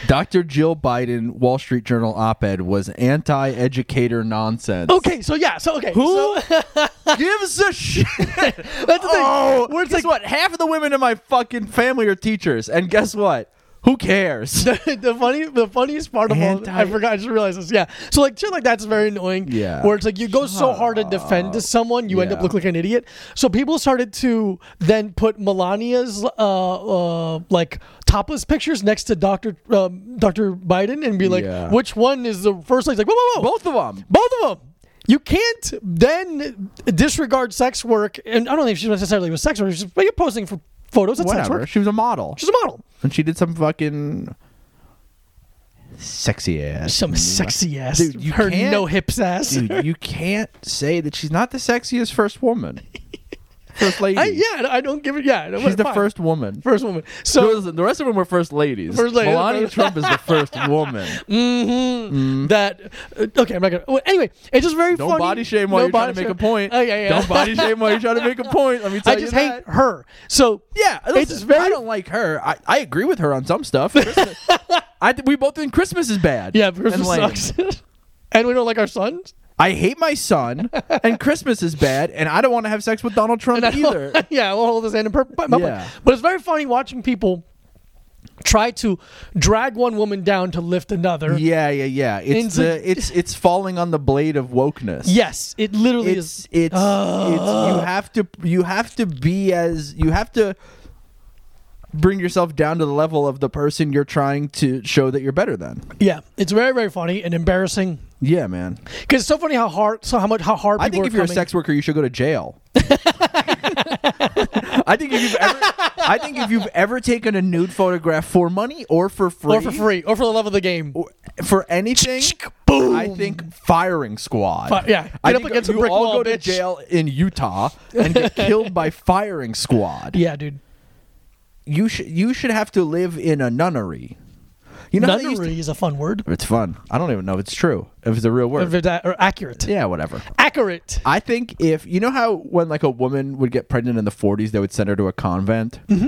S3: Dr. Jill Biden, Wall Street Journal op-ed was anti-educator nonsense.
S4: Okay, so yeah, so okay,
S3: Who
S4: so-
S3: <laughs>
S4: <laughs>
S3: gives a shit? <laughs> That's the thing.
S4: Oh,
S3: Where it's guess what? Half of the women in my fucking family are teachers, and guess what? Who <laughs> cares?
S4: <laughs> the funny, the funniest part of all,
S3: Anti-
S4: I forgot, I just realized this. Yeah, so like shit like that's very annoying.
S3: Yeah.
S4: where it's like you go so hard to defend to someone, you end up
S3: Yeah.
S4: looking like an idiot. So people started to then put Melania's uh, uh like topless pictures next to Doctor um, Doctor Biden and be like,
S3: Yeah.
S4: which one is the first? Like, like whoa, whoa, whoa,
S3: Both of them.
S4: both of them. You can't then disregard sex work, and I don't think she necessarily was sex work. She's but you're posing for photos. That's sex
S3: Whatever.
S4: work.
S3: She was a model,
S4: She's a model.
S3: and she did some fucking sexy ass.
S4: Some sexy ass.
S3: Mm. Dude, you
S4: her
S3: can't-
S4: no hips ass. <laughs>
S3: dude, you can't say that she's not the sexiest first woman, first <laughs> lady.
S4: I, yeah, I don't give it. Yeah,
S3: she's the first woman.
S4: first woman.
S3: There
S4: So
S3: was- the rest of them were first ladies.
S4: First lady.
S3: Melania Trump is the first <laughs> woman.
S4: that uh, okay, I'm not gonna. Well, anyway, it's just very
S3: Mm. Don't
S4: funny.
S3: body shame while
S4: No
S3: you're trying to
S4: body
S3: make a
S4: shame.
S3: point.
S4: Oh, yeah, yeah.
S3: Don't body shame while you're trying to make a point. Let me tell
S4: <laughs> I just
S3: you
S4: hate
S3: that.
S4: her. So
S3: Yeah,
S4: it's
S3: listen,
S4: just very.
S3: I don't like her. I, I agree with her on some <laughs> stuff. Christmas- I th- we both think Christmas is bad.
S4: yeah,
S3: and
S4: Christmas
S3: lame.
S4: sucks, <laughs> and we don't like our sons.
S3: I hate my son,
S4: <laughs>
S3: and Christmas is bad, and I don't want to have sex with Donald Trump
S4: <laughs> And I don't-
S3: either.
S4: yeah, I won't hold his hand in purple. But,
S3: Yeah.
S4: but it's very funny watching people try to drag one woman down to lift another.
S3: <laughs> Yeah, yeah, yeah. It's
S4: It's
S3: the,
S4: like-
S3: it's it's falling on the blade of wokeness.
S4: Yes, it literally
S3: it's
S4: is.
S3: it's, it's you have to you have to be as you have to bring yourself down to the level of the person you're trying to show that you're better than.
S4: Yeah, it's very very funny and embarrassing
S3: Yeah, man.
S4: because it's so funny how hard so how much how hard people
S3: I think
S4: are
S3: if you're
S4: coming-
S3: a sex worker, you should go to
S4: <laughs>
S3: jail. I think if you've ever, I think if you've ever taken a nude photograph for money or for free,
S4: or for free or for the love of the game.
S3: for anything,
S4: Boom.
S3: I think firing squad.
S4: Fi- yeah.
S3: I
S4: Get up
S3: think
S4: against a
S3: you
S4: brick
S3: all
S4: wall,
S3: go to
S4: bitch.
S3: jail in Utah and
S4: <laughs>
S3: get killed by firing squad.
S4: Yeah, dude.
S3: You should you should have to live in a nunnery. You know how they used to-
S4: Nunnery is a fun word.
S3: it's fun. I don't even know if it's true. If it's a real
S4: Or,
S3: word.
S4: that- or accurate.
S3: yeah, whatever.
S4: Accurate.
S3: I think if you know how when like a woman would get pregnant in the 40s, they would send her to a convent. Mm-hmm.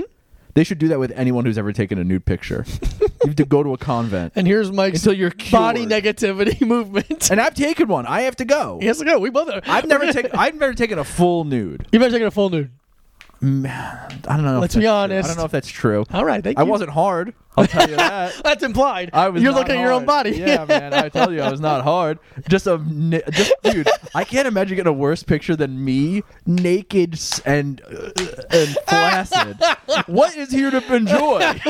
S3: They should do that with anyone who's ever taken a nude
S4: <laughs>
S3: picture. you have to go to a convent.
S4: And here's Mike's
S3: Until you're
S4: body
S3: cured.
S4: negativity <laughs> movement.
S3: And I've taken one. I have to go.
S4: Yes, go. We both.
S3: I've
S4: <laughs>
S3: never taken. I've never taken a full nude.
S4: You better take it a full nude.
S3: I don't know. if
S4: Let's be
S3: that's true. I
S4: honest.
S3: don't know if that's true.
S4: All right, thank
S3: I
S4: you.
S3: wasn't hard.
S4: <laughs>
S3: I'll tell you that.
S4: That's implied.
S3: I was.
S4: You're
S3: not
S4: looking at your own
S3: hard.
S4: body.
S3: Yeah, man. I tell you, I was not hard. Just a, ni- just dude. I can't imagine getting a worse picture than me naked s- and uh, and
S4: <laughs>
S3: flaccid. what is here to enjoy?
S4: <laughs>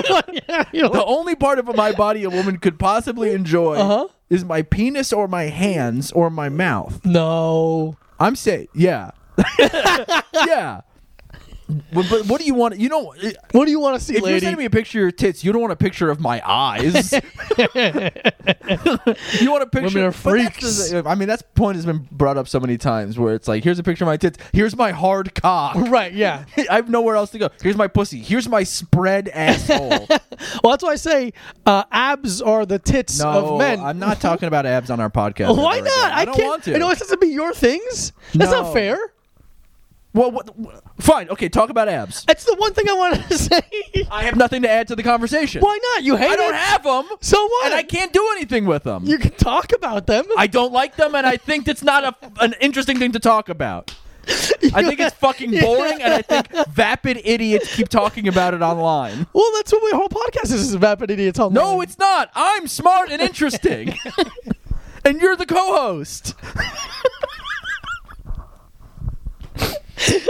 S3: The
S4: You're like,
S3: only part of my body a woman could possibly enjoy
S4: Uh-huh.
S3: is my penis or my hands or my mouth.
S4: no.
S3: I'm saying,
S4: <laughs>
S3: yeah, yeah. But, but what do you want? You don't. If
S4: What do you want to see,
S3: you're
S4: lady?
S3: sending me a picture of your tits, you don't want a picture of my
S4: <laughs>
S3: eyes. you want a picture.
S4: Women are
S3: but that's the
S4: freaks.
S3: thing. I mean, that point has been brought up so many times where it's like, here's a picture of my tits. Here's my hard cock.
S4: right. Yeah.
S3: <laughs> I have nowhere else to go. Here's my pussy. Here's my spread
S4: <laughs>
S3: asshole.
S4: Well, that's why I say uh, abs are the tits
S3: no,
S4: of men.
S3: I'm not talking about abs on our podcast.
S4: <laughs> Why
S3: ever
S4: not?
S3: again. I,
S4: I
S3: don't
S4: can't.
S3: want to.
S4: It always has to be your things. That's
S3: No.
S4: not fair.
S3: well, what, what- fine. Okay, talk about
S4: <laughs>
S3: abs.
S4: That's the one thing I wanted to <laughs> say.
S3: I have nothing to add to the conversation.
S4: Why not? You hate
S3: I don't
S4: it.
S3: have them.
S4: So what?
S3: And I can't do anything with them.
S4: You can talk about them.
S3: I don't like them, and I think that's not a, an interesting thing to talk about. I think it's fucking <laughs> boring, and I think vapid idiots keep talking about it online.
S4: well, that's what my whole podcast is, is vapid idiots online.
S3: No, it's not. I'm smart and <laughs> interesting. and you're the co host.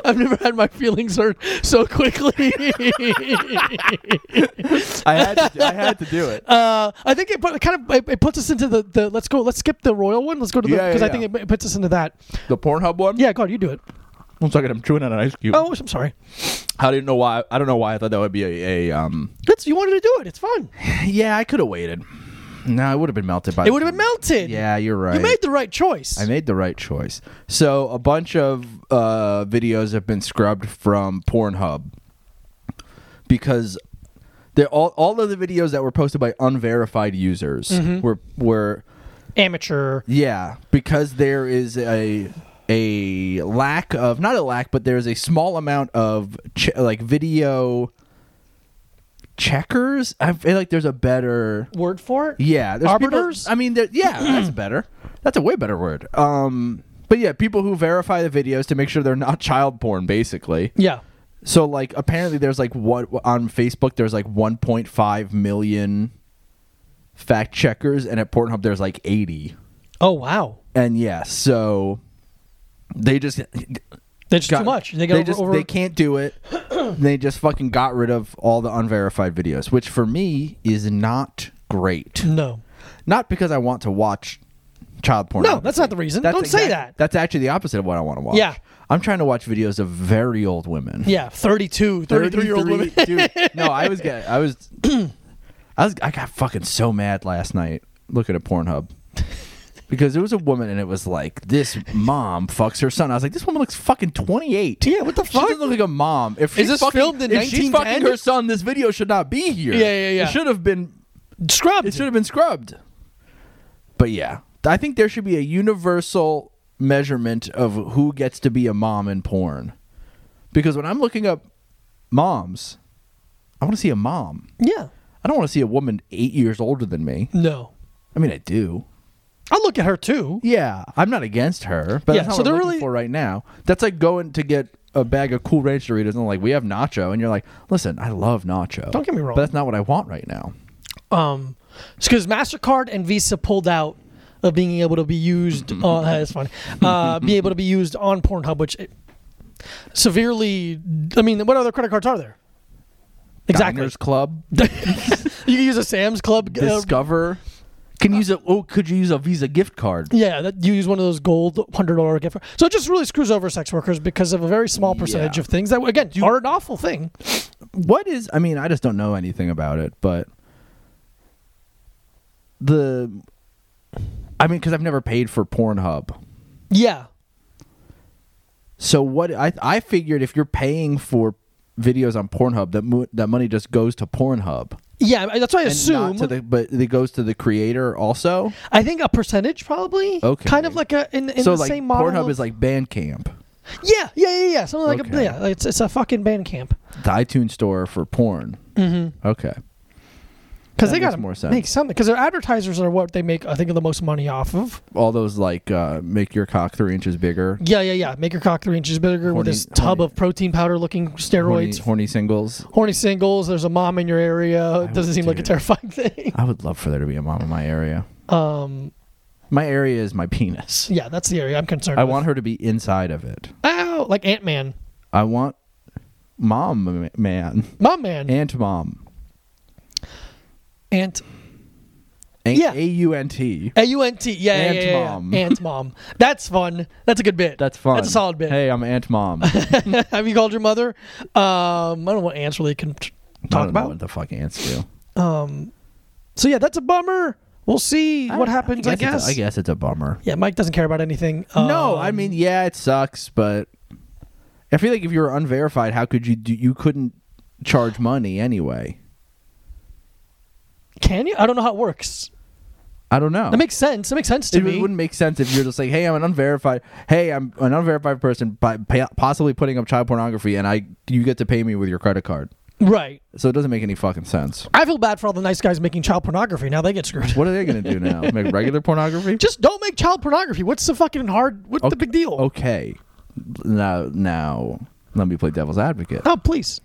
S4: I've never had my feelings hurt so
S3: <laughs>
S4: quickly.
S3: I, had to- I had to do it.
S4: Uh, I think it, put, it kind of it, it puts us into the, the let's go let's skip the royal one let's go to the
S3: Yeah, yeah,
S4: because I
S3: yeah.
S4: think it, it puts us into that
S3: The Pornhub one?
S4: yeah God you do it
S3: One second, I'm chewing on an ice cube.
S4: oh I'm sorry
S3: I didn't know why. I don't know why I thought that would be a. a um...
S4: that's you wanted to do it it's fun
S3: Yeah, I could have waited. No, it would have been melted by
S4: it would have been melted
S3: Yeah, you're right.
S4: you made the right choice
S3: I made the right choice. So a bunch of uh, videos have been scrubbed from Pornhub because they're all all of the videos that were posted by unverified users were were
S4: amateur
S3: yeah because there is a a lack of not a lack but there's a small amount of ch- like video checkers. I feel like there's a better
S4: word for it
S3: yeah, there's people-
S4: Arbiters?
S3: I mean, there-
S4: <clears throat>
S3: yeah, that's better. That's a way better word. Um, but yeah, people who verify the videos to make sure they're not <laughs> child porn, basically.
S4: yeah
S3: So like, apparently, there's like what on Facebook, there's like 1.5 million fact checkers, and at Pornhub, there's like 80.
S4: oh wow
S3: And yeah, so they just
S4: that's
S3: got-
S4: too much they, got over,
S3: just
S4: over-
S3: they can't do
S4: <clears throat>
S3: it. they just fucking got rid of all the unverified videos, which for me is not great
S4: no
S3: not because I want to watch child porn.
S4: No, that's not the reason. Don't say that.
S3: That's actually the opposite of what I want to watch.
S4: Yeah.
S3: I'm trying to watch videos of very old women.
S4: yeah 32 33 year old woman
S3: 33 Dude, no, I was getting, I was, <clears throat> I was, I got fucking so mad last night looking at Pornhub because there was a woman and it was like this mom fucks her son. I was like, this woman looks fucking 28.
S4: Yeah, what the
S3: She
S4: fuck?
S3: doesn't look like a mom. If she's
S4: this
S3: fucking,
S4: filmed in
S3: if she's fucking
S4: 1910?
S3: her son, this video should not be here.
S4: Yeah, yeah, yeah.
S3: It should have been
S4: scrubbed
S3: it should have been scrubbed. But yeah, I think there should be a universal measurement of who gets to be a mom in porn. Because when I'm looking up moms, I want to see a mom.
S4: yeah
S3: I don't want to see a woman 8 years older than me.
S4: no
S3: I mean, I do.
S4: I'll look at her too
S3: Yeah, I'm not against her, but
S4: Yeah,
S3: that's not what
S4: so
S3: I'm
S4: they're
S3: looking
S4: really-
S3: for right now. That's like going to get a bag of Cool Ranch Doritos and they're like, "We have nacho," and you're like, "Listen, I love nacho.
S4: Don't get me wrong.
S3: but that's not what I want right now."
S4: um because mastercard and visa pulled out of being able to be used uh, <laughs> that's funny uh, be able to be used on pornhub which it severely i mean what other credit cards are there exactly
S3: Diners Club,
S4: <laughs> you can use a sam's club uh,
S3: Discover. Can you use a oh? Could you use a Visa gift card?
S4: yeah that you use one of those gold hundred dollar gift so it just really screws over sex workers because of a very small percentage
S3: Yeah.
S4: of things that again are an awful thing
S3: what is i mean i just don't know anything about it but the i mean because i've never paid for pornhub
S4: yeah
S3: so what i i figured if you're paying for videos on pornhub that mo- that money just goes to pornhub
S4: yeah I- that's what i
S3: and
S4: assume
S3: not to the but it goes to the creator also
S4: i think a percentage probably
S3: Okay.
S4: kind of like a in, in
S3: so
S4: the
S3: like
S4: same model
S3: pornhub
S4: of-
S3: is like bandcamp
S4: Yeah, yeah, yeah, yeah. Something like a
S3: Okay.
S4: yeah. It's it's a fucking band camp
S3: the itunes store for porn mm-hmm. okay
S4: because
S3: That
S4: they got
S3: makes
S4: to
S3: more sense.
S4: make something because their advertisers are what they make. I think the most money off of.
S3: all those like uh make your cock three inches bigger
S4: Yeah, yeah, yeah. Make your cock three inches bigger with
S3: Horny-
S4: this tub
S3: horny-
S4: of protein powder looking
S3: horny,
S4: steroids. Horny,
S3: horny singles
S4: singles. There's a mom in your area. It doesn't
S3: would
S4: seem
S3: do
S4: like a
S3: it.
S4: terrifying <laughs> thing.
S3: i would love for there to be a mom in my area
S4: Um,
S3: My area is my penis.
S4: yeah, that's the area I'm concerned.
S3: I
S4: with.
S3: want her to be inside of it.
S4: Ow, like Ant Man,
S3: I want mom m- man,
S4: Mom Man, Ant.
S3: aunt mom, An-
S4: Yeah.
S3: A U N T.
S4: A U N T, yeah,
S3: Ant
S4: yeah, yeah, yeah.
S3: Mom.
S4: Ant mom. That's fun. That's a good bit.
S3: That's fun.
S4: That's a solid bit.
S3: Hey, I'm aunt mom. I
S4: <laughs> Have you called your mother? Um, I don't know what ants really can t- talk
S3: don't know
S4: about. Um,
S3: what the fuck ants do.
S4: So yeah, that's a bummer. We'll see what happens. I guess.
S3: It's a, I guess it's a bummer.
S4: Yeah, Mike doesn't care about anything.
S3: no,
S4: Um,
S3: I mean, yeah, it sucks, but I feel like if you were unverified, how could you do? You couldn't charge money anyway.
S4: can you? I don't know how it works.
S3: I don't know.
S4: That makes sense. That makes sense to
S3: Oh. it
S4: me.
S3: wouldn't make sense if you're just like, hey, I'm an unverified, hey, I'm an unverified person by pa- possibly putting up child pornography, and I you get to pay me with your credit card.
S4: Right.
S3: So it doesn't make any fucking sense.
S4: I feel bad for all the nice guys making child pornography. Now they get screwed.
S3: What are they gonna do now? Make regular pornography?
S4: <laughs> Just don't make child pornography. What's the fucking hard? What's the big deal?
S3: okay. Now, now, let me play devil's advocate.
S4: Oh, please.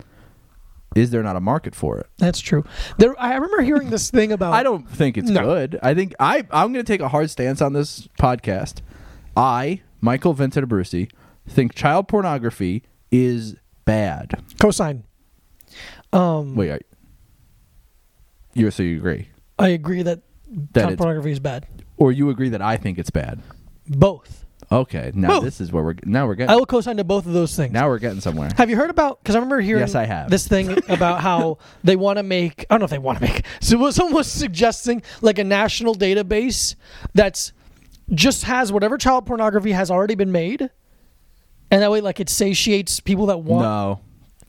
S3: Is there not a market for it?
S4: That's true. There. I remember hearing this thing
S3: <laughs>
S4: about.
S3: I don't think it's
S4: No.
S3: good. I think I I'm going to take a hard stance on this podcast. I, Michael Ventadabrusi, think child pornography is bad.
S4: cosign.
S3: Wait, I, you so you agree,
S4: I agree that,
S3: That
S4: child
S3: it's-
S4: pornography is bad.
S3: or you agree that I think it's bad?
S4: Both.
S3: Okay, now
S4: Both.
S3: this is where we're now we're
S4: I
S3: getting
S4: will cosign to both of those things.
S3: now we're getting somewhere.
S4: Have you heard about? Because I remember hearing
S3: Yes, I have. <laughs>
S4: this thing about how they want to make. I don't know if they want to make. <laughs> So someone was suggesting like a national database that's just has whatever child pornography has already been made, and that way, like it satiates people that want.
S3: No,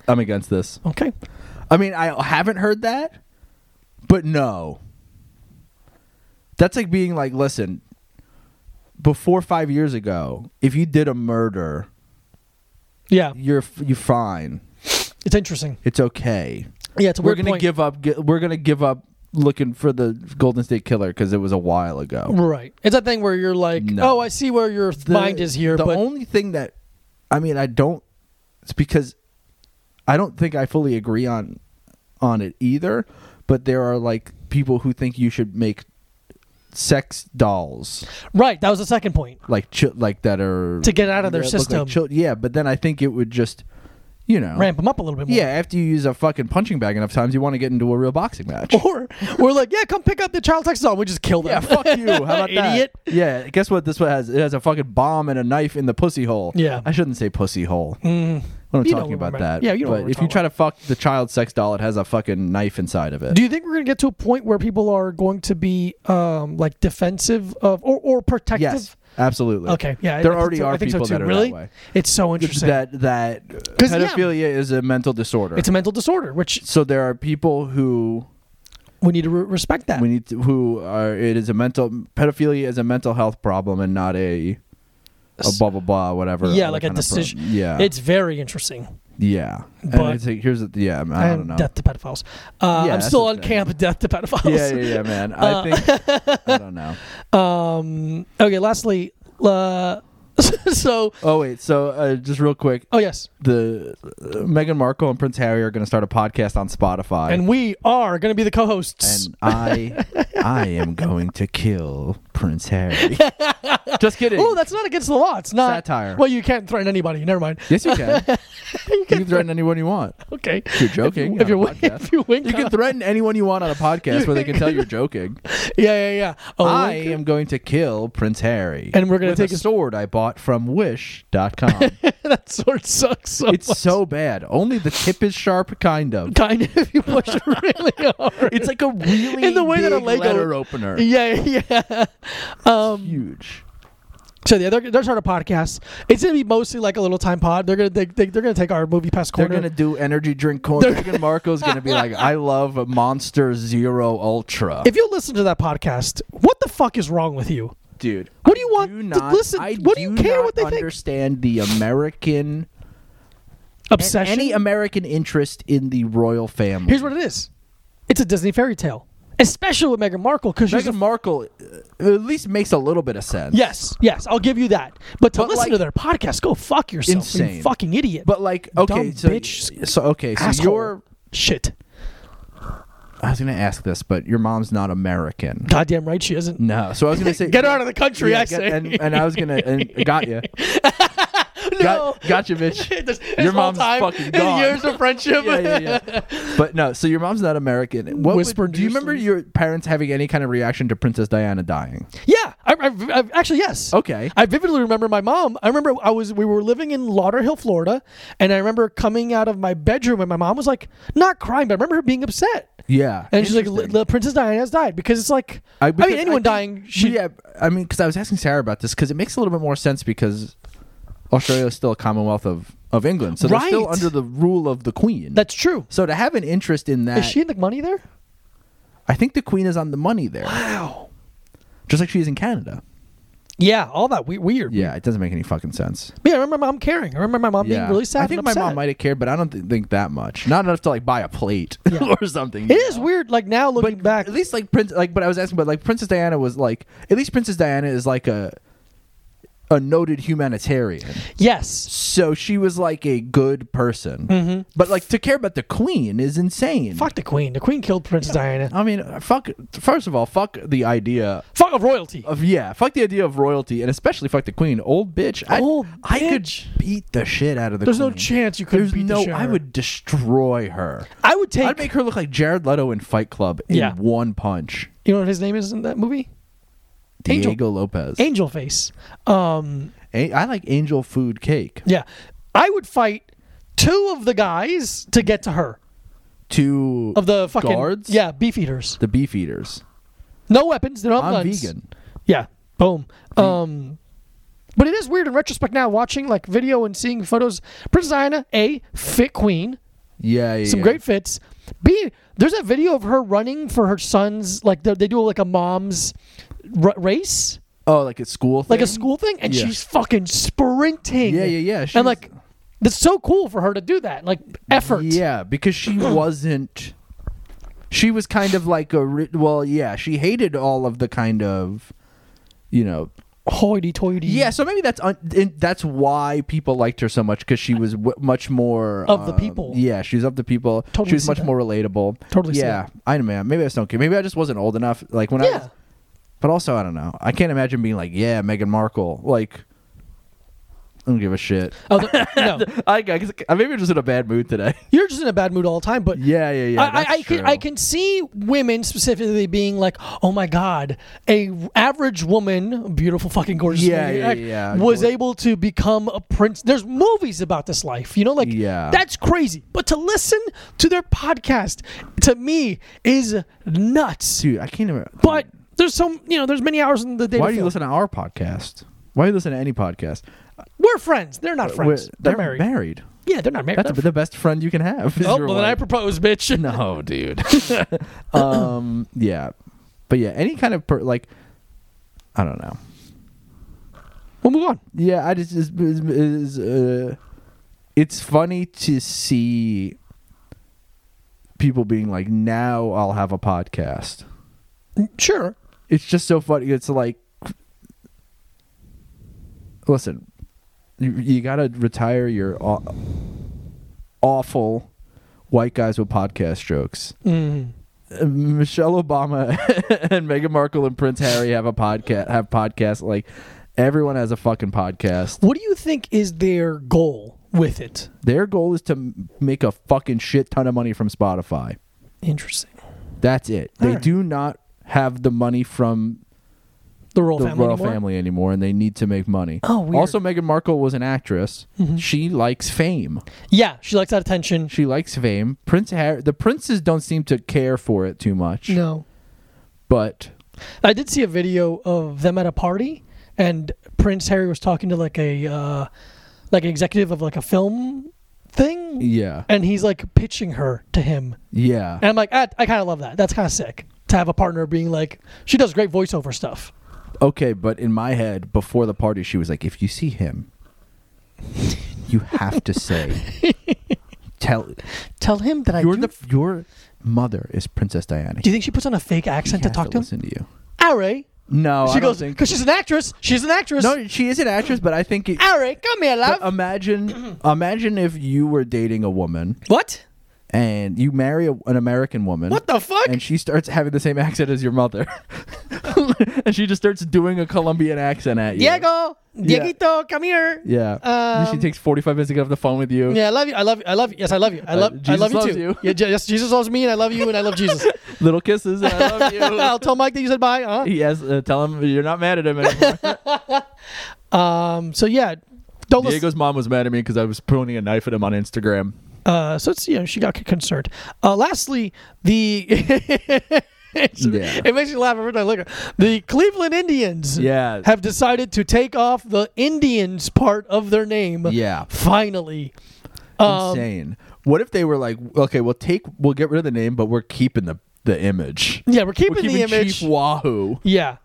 S3: I'm against this.
S4: Okay.
S3: I mean, I haven't heard that, but no. That's like being like, listen, before five years ago, if you did a murder,
S4: Yeah,
S3: you're f- you're fine.
S4: it's interesting.
S3: It's okay.
S4: Yeah, it's a
S3: We're
S4: weird
S3: gonna
S4: point.
S3: give up. gi- We're gonna give up looking for the Golden State Killer because it was a while ago.
S4: Right. It's that thing where you're like,
S3: No.
S4: oh, I see where your
S3: the-
S4: mind is here,
S3: The
S4: but
S3: only thing that I mean, I don't. It's because I don't think I fully agree on on it either. But there are like people who think you should make sex dolls,
S4: right. That was the second point.
S3: like chi- like that are
S4: To get out of their
S3: that look like
S4: system.
S3: chil- yeah, but then I think it would just, you know,
S4: Ramp them up a little bit more.
S3: Oh. Yeah, after you use a fucking punching bag enough times, you want to get into a real boxing match.
S4: <laughs> Or we're like, yeah, come pick up the child sex doll. We just kill them.
S3: Yeah, fuck you. How
S4: <laughs>
S3: about that?
S4: Idiot.
S3: Yeah, guess what? This one has it has a fucking bomb and a knife in the pussy hole.
S4: Yeah.
S3: I shouldn't say pussy hole. Mm. What I'm
S4: You know
S3: talking
S4: what we're
S3: about
S4: about.
S3: that.
S4: Yeah, you know what
S3: But
S4: we're
S3: if you
S4: talking
S3: try to fuck the child sex doll, it has a fucking knife inside of it.
S4: Do you think we're going to get to a point where people are going to be um, like defensive of or, or protective?
S3: yes, absolutely.
S4: Okay. Yeah. I-
S3: there
S4: I think
S3: already
S4: so-
S3: are
S4: I think so
S3: people
S4: too.
S3: that are
S4: really.
S3: that way.
S4: It's so interesting.
S3: That that uh,
S4: 'Cause, yeah.
S3: pedophilia is a mental disorder.
S4: it's a mental disorder, which
S3: so there are people who
S4: we need to re- respect that.
S3: we need to, who are it is a mental pedophilia is a mental health problem and not a a blah blah blah whatever.
S4: yeah,
S3: other
S4: like a
S3: kind of pro-
S4: decision.
S3: yeah,
S4: It's very interesting.
S3: Yeah, and
S4: But-
S3: it's like, here's the, yeah, I, mean, I
S4: And
S3: don't know.
S4: Death to pedophiles. Uh,
S3: Yeah,
S4: I'm
S3: that's
S4: still
S3: the
S4: on
S3: thing.
S4: camp. Death to pedophiles. <laughs>
S3: yeah, yeah, yeah,
S4: Uh,
S3: man. I think I don't know.
S4: Um, okay. Lastly, uh, <laughs> so,
S3: Oh wait, so uh, just real quick,
S4: oh yes,
S3: the uh, Meghan Markle and Prince Harry are going to start a podcast on Spotify,
S4: and we are going to be the co-hosts.
S3: and I, I am going to kill Prince Harry. <laughs> just kidding.
S4: oh, that's not against the law. It's not
S3: Satire.
S4: Well, you can't threaten anybody. Never mind.
S3: yes, you
S4: <laughs>
S3: can. you can threaten anyone you want.
S4: Okay.
S3: If you're joking.
S4: If you
S3: on a
S4: wink,
S3: podcast.
S4: if you wink, uh,
S3: You can threaten anyone you want on a podcast where they can tell you're <laughs> joking.
S4: yeah, yeah, yeah. A
S3: I
S4: wink.
S3: am going to kill Prince Harry.
S4: And we're gonna
S3: with a
S4: take his-
S3: sword I bought from <laughs> wish.com.
S4: that sword sucks. So
S3: it's so bad. Only the tip is sharp kind of.
S4: kind of if you
S3: <laughs>
S4: push it really hard.
S3: It's like a really
S4: In the way that a
S3: big
S4: Lego-
S3: letter opener.
S4: yeah, yeah. Um,
S3: Huge.
S4: so yeah, they're, they're starting a podcast. It's gonna be mostly like a little time pod. They're gonna they, they, they're gonna take our movie past
S3: They're
S4: corner.
S3: going to do energy drink corner. Megan Marco's going to be like,
S4: <laughs>
S3: I love Monster Zero Ultra.
S4: if you listen to that podcast, what the fuck is wrong with you?
S3: Dude,
S4: What do you
S3: I
S4: want
S3: do
S4: to
S3: not,
S4: listen-
S3: I
S4: what do you care
S3: not
S4: what they think?
S3: understand the American
S4: Obsession.
S3: any American interest in the royal family.
S4: Here's what it is. It's a Disney fairy tale, especially with Meghan Markle because she's a
S3: Meghan Markle uh, at least makes a little bit of sense.
S4: Yes, yes, I'll give you that. But to
S3: But,
S4: listen
S3: like-
S4: to their podcast, go fuck yourself,
S3: Insane.
S4: you fucking idiot.
S3: But like, okay,
S4: Dumb
S3: so
S4: bitch,
S3: so okay, so
S4: asshole.
S3: your
S4: shit,
S3: I was gonna ask this, but your mom's not American.
S4: goddamn right she isn't.
S3: No, so I was gonna say
S4: Get her out of the country, I say.
S3: and, and I was gonna and got
S4: <laughs>
S3: you.
S4: No.
S3: got, gotcha, bitch.
S4: <laughs> This- this
S3: your
S4: whole
S3: mom's
S4: time,
S3: fucking
S4: in
S3: gone.
S4: Years of friendship.
S3: yeah, yeah,
S4: <laughs>
S3: yeah. But no, so your mom's not American. What would-
S4: Whisper
S3: do you
S4: to your
S3: remember
S4: sleep.
S3: your parents having any kind of reaction to Princess Diana dying?
S4: Yeah, I, I, I, actually yes.
S3: Okay.
S4: I vividly remember my mom. I remember I was we were living in Lauderhill, Florida, and I remember coming out of my bedroom and my mom was like not crying, but I remember her being upset.
S3: Yeah,
S4: And she's like,
S3: Interesting.
S4: "L- Princess Diana has died because it's like I,
S3: because
S4: mean anyone
S3: think
S4: dying.
S3: we
S4: She,
S3: have- I mean, because I was asking Sarah about this because it makes a little bit more sense because Australia is still a Commonwealth of of England, so they're still
S4: Right.
S3: under the rule of the Queen.
S4: That's true.
S3: so to have an interest in that,
S4: Is she in the money there?
S3: I think the Queen is on the money there,
S4: Wow.
S3: just like she is in Canada.
S4: Yeah, all that we- weird.
S3: Yeah, it doesn't make any fucking sense.
S4: Yeah, I remember my mom caring. I remember my mom
S3: Yeah,
S4: being really sad.
S3: I think
S4: and
S3: my
S4: upset.
S3: mom might have cared, but I don't th- think that much. Not enough to like buy a plate <laughs>
S4: Yeah.
S3: or something.
S4: It is weird. Like now looking
S3: but
S4: back,
S3: at least like Prince, like, but I was asking, but like Princess Diana was like, at least Princess Diana is like a a noted humanitarian.
S4: yes,
S3: So she was like a good person. But like to care about the queen is insane.
S4: Mm-hmm. fuck the queen. The queen killed Princess Diana.
S3: I mean, fuck. First of all, fuck the idea
S4: Fuck of royalty.
S3: of yeah. Fuck the idea of royalty, and especially fuck the queen. Old bitch. I,
S4: Old
S3: I could
S4: bitch.
S3: beat the shit out of the.
S4: There's no
S3: queen.
S4: chance you couldn't
S3: There's
S4: beat the
S3: no.
S4: shit out
S3: I
S4: of her.
S3: would destroy her.
S4: I would take.
S3: I'd make her look like Jared Leto in Fight Club in
S4: Yeah.
S3: one punch.
S4: you know what his name is in that movie?
S3: Diego
S4: Angel-
S3: Lopez.
S4: Angel Face. Um,
S3: A- I like Angel Food Cake
S4: yeah, I would fight two of the guys to get to her
S3: to
S4: of the fucking
S3: guards.
S4: Yeah, beef eaters.
S3: the beef eaters.
S4: No weapons. They're not
S3: I'm
S4: guns.
S3: vegan.
S4: Yeah. Boom.
S3: Mm.
S4: Um but it is weird in retrospect now watching like video and seeing photos. Princess Diana, A, fit queen,
S3: Yeah, yeah.
S4: some
S3: yeah.
S4: great fits. B, there's a video of her running for her son's like they they do like a mom's r- race,
S3: Oh, like at school,
S4: like a
S3: thing?
S4: school thing and
S3: Yeah.
S4: she's fucking sprinting.
S3: Yeah, yeah, yeah, she's-
S4: and like that's so cool for her to do that. Like effort.
S3: Yeah, because
S4: <clears throat>
S3: she wasn't. She was kind of like a ri- well, yeah. She hated all of the kind of, you know.
S4: Hoity toity.
S3: Yeah, so maybe that's un- in, that's why people liked her so much because she was w- much more
S4: Of the
S3: um,
S4: people.
S3: Yeah, she was of the people.
S4: Totally
S3: she was
S4: see
S3: much
S4: that.
S3: more relatable.
S4: Totally see
S3: Yeah,
S4: that.
S3: I know, man. Maybe I just don't care. Maybe I just wasn't old enough. Like when I.
S4: Yeah.
S3: Was, but also, I don't know. I can't imagine being like, yeah, Meghan Markle. Like, I don't give a shit.
S4: Oh, the-
S3: <laughs>
S4: no.
S3: I, I, I maybe I'm just in a bad mood today. <laughs>
S4: You're just in a bad mood all the time, but
S3: Yeah, yeah, yeah.
S4: I, I,
S3: that's
S4: I can
S3: true.
S4: I can see women specifically being like, oh my god, a average woman, beautiful fucking gorgeous,
S3: Yeah,
S4: lady,
S3: yeah,
S4: like,
S3: yeah.
S4: was
S3: Gor-
S4: able to become a prince. There's movies about this life, you know, like
S3: Yeah.
S4: that's crazy. But to listen to their podcast to me is nuts.
S3: dude. I can't even.
S4: But there's some, you know, there's many hours in the day.
S3: why
S4: to
S3: do you
S4: fill.
S3: listen to our podcast? Why do you listen to any podcast?
S4: We're friends. They're not friends.
S3: We're-
S4: They're, married. Yeah, they're not married.
S3: That's
S4: They're-
S3: the best friend you can have. is
S4: oh
S3: your
S4: well, then I
S3: wife.
S4: propose, bitch.
S3: <laughs>
S4: <laughs>
S3: no, dude. um, yeah, but yeah, any kind of per- like, I don't know.
S4: We'll move on.
S3: Yeah, I just is is uh, it's funny to see people being like, now I'll have a podcast.
S4: Sure.
S3: it's just so funny. It's like, listen, You, you got to retire your aw- awful white guys with podcast jokes.
S4: Mm.
S3: Uh, Michelle Obama <laughs> and Meghan Markle and Prince Harry have a podcast. Have podcasts like everyone has a fucking podcast.
S4: What do you think is their goal with it?
S3: Their goal is to m- make a fucking shit ton of money from Spotify.
S4: Interesting.
S3: That's it. They
S4: Alright.
S3: do not have the money from
S4: The royal
S3: the
S4: family.
S3: royal
S4: anymore?
S3: family anymore, and they need to make money.
S4: Oh, weird. Mm-hmm.
S3: Also, Meghan Markle was an actress. She likes fame.
S4: Yeah, she likes that attention.
S3: She likes fame. Prince Harry, the princes don't seem to care for it too much.
S4: No.
S3: But
S4: I did see a video of them at a party, and Prince Harry was talking to like a uh, like an executive of like a film thing,
S3: yeah,
S4: and he's like pitching her to him,
S3: yeah,
S4: and I'm like, "Ah, I, I kind of love that. That's kind of sick to have a partner being like, she does great voiceover stuff.
S3: okay. But in my head, before the party, she was like, "If you see him, you have to
S4: <laughs>
S3: say, tell
S4: Tell him that I
S3: your
S4: do.
S3: the your mother is Princess Diana."
S4: do you think she puts on a fake accent
S3: He
S4: to
S3: has
S4: talk to him?
S3: listen to you?
S4: All right.
S3: No,
S4: she
S3: I
S4: goes
S3: don't
S4: because
S3: think.
S4: she's an actress. She's Ah, an actress.
S3: No, she is an actress, but I think it,
S4: All right, come here, love.
S3: But
S4: <clears throat>
S3: imagine, imagine if you were dating a woman
S4: what?
S3: and you marry a, an American woman.
S4: What the fuck?
S3: And she starts having the same accent as your mother, <laughs> and she just starts doing a Colombian accent at you.
S4: Diego,
S3: Yeah.
S4: Dieguito, come here.
S3: Yeah. And she
S4: Um,
S3: takes forty-five minutes to get off the phone with you.
S4: Yeah, I love you. I love you. I love you. Yes, I love you. I
S3: Uh,
S4: love. I
S3: Jesus
S4: love you
S3: loves
S4: too.
S3: you.
S4: Yeah, Je- yes, Jesus loves me, and I love you, and I
S3: <laughs>
S4: love Jesus.
S3: Little kisses. And
S4: <laughs>
S3: I love you.
S4: I'll tell Mike that you said bye. Huh?
S3: yes. Uh, tell him you're not mad at him anymore.
S4: Um. So yeah, don't listen.
S3: Diego's mom was mad at me because I was pointing a knife at him on Instagram.
S4: Uh. So it's you know she got concerned. Uh. Lastly, the. <laughs> It's-
S3: Yeah.
S4: It makes me laugh every time I look. at it. The Cleveland Indians
S3: Yeah.
S4: have decided to take off the Indians part of their name.
S3: Yeah.
S4: Finally. <laughs> Um,
S3: Insane. What if they were like, okay, we'll take, we'll get rid of the name, but we're keeping the the image.
S4: Yeah, we're keeping,
S3: We're keeping
S4: the image.
S3: Chief Wahoo.
S4: Yeah,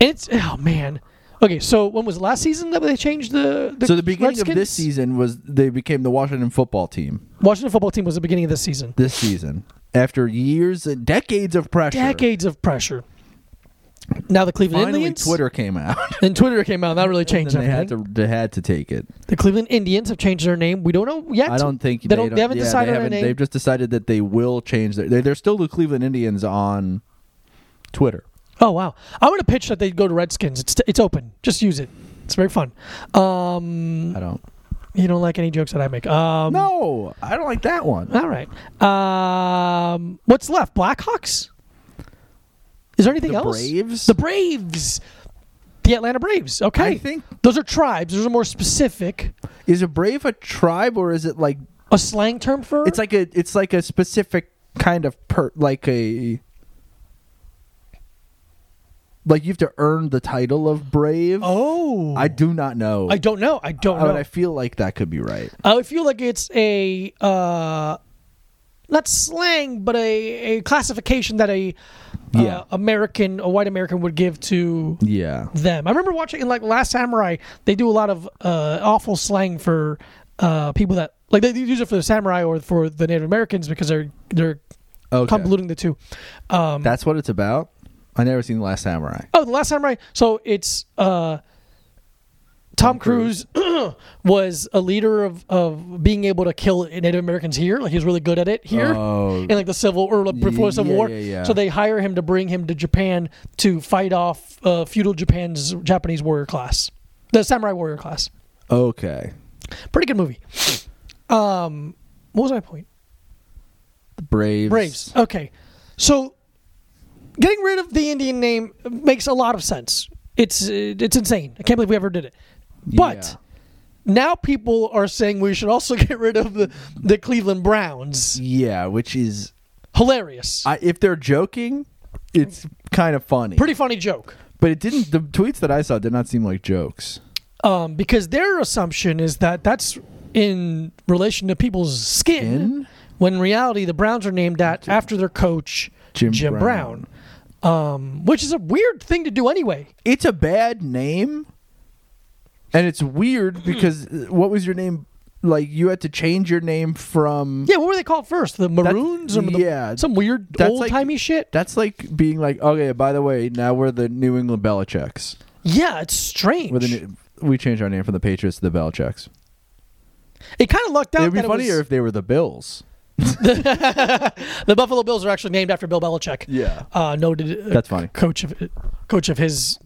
S4: and it's oh man. Okay, so when was last season that they changed the? the
S3: So the beginning of
S4: Redskins?
S3: this season was they became the Washington football team
S4: Washington football team was the beginning of this season.
S3: this season after years and decades of pressure.
S4: Decades of pressure. Now the Cleveland
S3: Finally,
S4: Indians
S3: Twitter came out. <laughs>
S4: <laughs> and Twitter came out. and That really changed
S3: and they had
S4: everything.
S3: to they had to take it.
S4: the Cleveland Indians have changed their name. We don't know yet.
S3: I don't think
S4: they, don't, They haven't
S3: yeah,
S4: decided
S3: They
S4: on a
S3: haven't-
S4: name.
S3: They've just decided that they will change their. They, they're still the Cleveland Indians on Twitter.
S4: Oh wow! I'm gonna pitch that they go to Redskins. It's it's open. Just use it. It's very fun. Um,
S3: I don't.
S4: you don't like any jokes that I make. Um,
S3: No, I don't like that one.
S4: All right. Um, what's left? Blackhawks. Is there anything
S3: The
S4: else?
S3: Braves?
S4: The Braves. The Atlanta Braves. Okay.
S3: I think-
S4: those are tribes. Those are more specific.
S3: Is a brave a tribe or is it like
S4: A slang term for
S3: it's like a it's like a specific kind of per like a like you have to earn the title of brave
S4: oh.
S3: i do not know
S4: I don't know. I don't
S3: but
S4: know.
S3: i feel like that could be right
S4: I feel like it's a uh, not slang, but a, a classification that a uh,
S3: Yeah.
S4: American, a white American, would give to
S3: yeah
S4: them. I remember watching in like Last Samurai, they do a lot of uh, awful slang for uh, people that like they use it for the samurai or for the Native Americans because they're they're
S3: okay
S4: convoluting the two. Um,
S3: that's what it's about i never seen the last samurai
S4: oh, the Last Samurai. So it's uh, Tom Cruise <clears throat> was a leader of, of being able to kill Native Americans here. Like he was really good at it here.
S3: Oh.
S4: In like the Civil or like, before the Civil
S3: Yeah,
S4: War.
S3: yeah, yeah.
S4: So they hire him to bring him to Japan to fight off uh, feudal Japan's Japanese warrior class, the samurai warrior class.
S3: okay
S4: Pretty good movie. Um, what was my point?
S3: the braves
S4: Braves. Okay. So getting rid of the Indian name makes a lot of sense. It's uh, it's insane. I can't believe we ever did it. But now people are saying we should also <laughs> get rid of the, the Cleveland Browns.
S3: yeah which is
S4: Hilarious.
S3: I, if they're joking it's kind of funny
S4: Pretty funny joke.
S3: but it didn't the tweets that i saw did not seem like jokes
S4: Um, because their assumption is that that's in relation to people's skin,
S3: Skin?
S4: when in reality the Browns are named that after their coach Jim,
S3: Jim
S4: Brown. Um, which is a weird thing to do anyway.
S3: it's a bad name and it's
S4: Hmm.
S3: weird because uh, what was your name like you had to change your name from
S4: Yeah, what were they called first? The Maroons or the,
S3: yeah.
S4: some weird
S3: That's
S4: old timey shit?
S3: that's like being like okay by the way now we're the new england belichicks
S4: Yeah, it's strange.
S3: we're the new, we changed our name from the Patriots to the Belichicks.
S4: It kind of lucked out
S3: It'd be
S4: that it was-
S3: funnier if they were the Bills.
S4: <laughs> the Buffalo Bills are actually named after Bill Belichick.
S3: Yeah,
S4: Uh, noted. Uh,
S3: That's funny.
S4: Coach of, coach of his,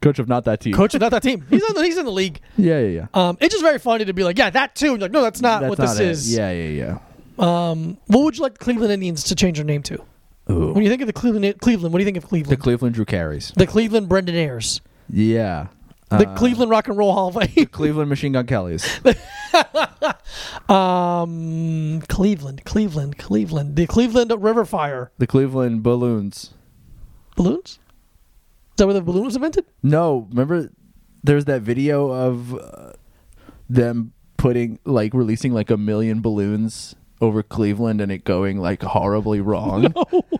S3: coach of not that team.
S4: coach of not that team. He's on the, he's in the league.
S3: Yeah, yeah, yeah.
S4: Um, it's just very funny to be like, yeah, that too. And you're like, no, that's not
S3: That's
S4: Uh, what
S3: not
S4: this
S3: it.
S4: is.
S3: Yeah, yeah,
S4: Um, what would you like the Cleveland Indians to change their name to?
S3: yeah. Ooh.
S4: When you think of the Cleveland, Cleveland, what do you think of
S3: The
S4: Cleveland?
S3: Cleveland Drew Carries.
S4: The, Cleveland Brendan Ayers,
S3: Yeah.
S4: the
S3: Uh,
S4: Cleveland Rock and Roll Hall of Fame,
S3: Cleveland Machine Gun
S4: <laughs>
S3: Kellys.
S4: um, Cleveland, Cleveland, Cleveland, the Cleveland River Fire
S3: the Cleveland Balloons.
S4: balloons. Is that where the balloon was invented?
S3: No, remember there's that video of uh, them putting like releasing like a million balloons over Cleveland and it going like horribly
S4: <laughs>
S3: wrong.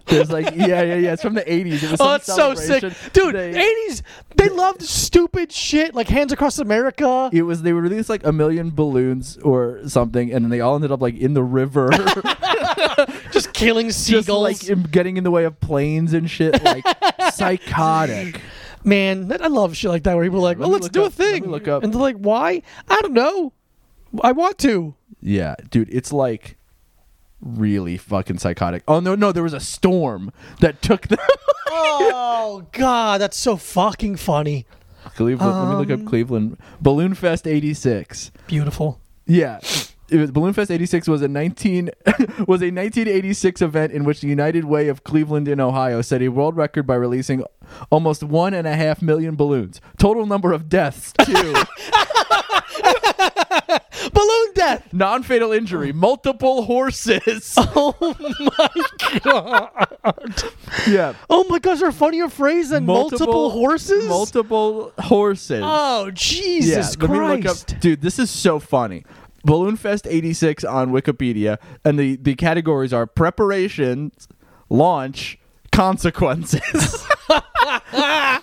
S3: There's like yeah, yeah, yeah. It's from the 80s. It was
S4: Oh,
S3: some
S4: that's so sick,
S3: celebration.
S4: dude.
S3: They-
S4: Eighties, they loved stupid shit like Hands Across America.
S3: it was they released like a million balloons or something, and then they all ended up like in the river, <laughs>
S4: just killing
S3: just
S4: seagulls.
S3: like in- getting in the way of planes and shit.
S4: <laughs>
S3: Like psychotic.
S4: Man, that- I love shit like that where people are like,
S3: let
S4: well,
S3: me
S4: let's
S3: look
S4: do a
S3: up- let me
S4: thing.
S3: look up.
S4: And they're like, why? I don't know. I want to.
S3: Yeah, dude, it's like really fucking psychotic. Oh no, no, there was a storm that took the
S4: Oh, <laughs> God, that's so fucking funny.
S3: <laughs> Cleveland. let
S4: Um,
S3: me look up Cleveland Balloon Fest '86.
S4: Beautiful.
S3: Yeah. It was, Balloon Fest '86 was a 19 <laughs> was a 1986 event in which the United Way of Cleveland in Ohio set a world record by releasing almost one and a half million balloons. Total number of
S4: <laughs>
S3: deaths too.
S4: Balloon death.
S3: Non-fatal injury, multiple horses.
S4: <laughs> Oh, my God.
S3: yeah,
S4: Oh, my gosh, there a funnier phrase than multiple, horses?
S3: Multiple horses.
S4: oh, Jesus
S3: let me look up-
S4: Christ.
S3: dude, this is so funny. Balloon Fest 86 on Wikipedia, and the, the categories are preparation, launch, consequences. <laughs>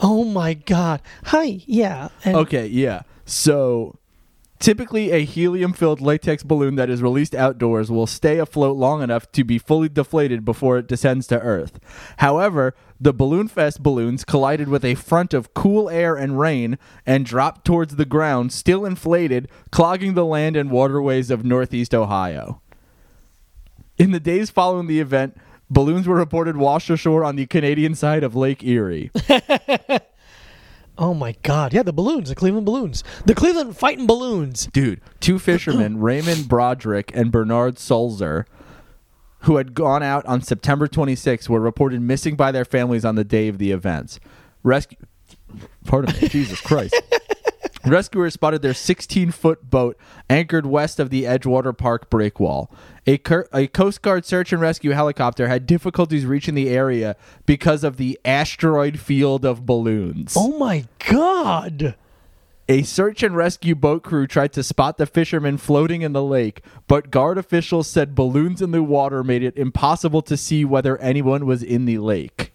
S4: Oh, my God. Hi, yeah. And
S3: okay, yeah. So typically, a helium filled latex balloon that is released outdoors will stay afloat long enough to be fully deflated before it descends to Earth. However, the Balloon Fest balloons collided with a front of cool air and rain and dropped towards the ground, still inflated, clogging the land and waterways of northeast Ohio. In the days following the event, balloons were reported washed ashore on the Canadian side of Lake Erie.
S4: Oh, my God. Yeah, the balloons, the Cleveland balloons. The Cleveland fighting balloons.
S3: dude two fishermen raymond broderick and bernard sulzer who had gone out on september 26 were reported missing by their families on the day of the events rescue pardon me jesus christ rescuers spotted their 16-foot boat anchored west of the edgewater park breakwall a, cur- a coast guard search and rescue helicopter had difficulties reaching the area because of the asteroid field of balloons
S4: Oh, my God.
S3: a search and rescue boat crew tried to spot the fishermen floating in the lake, but guard officials said balloons in the water made it impossible to see whether anyone was in the lake.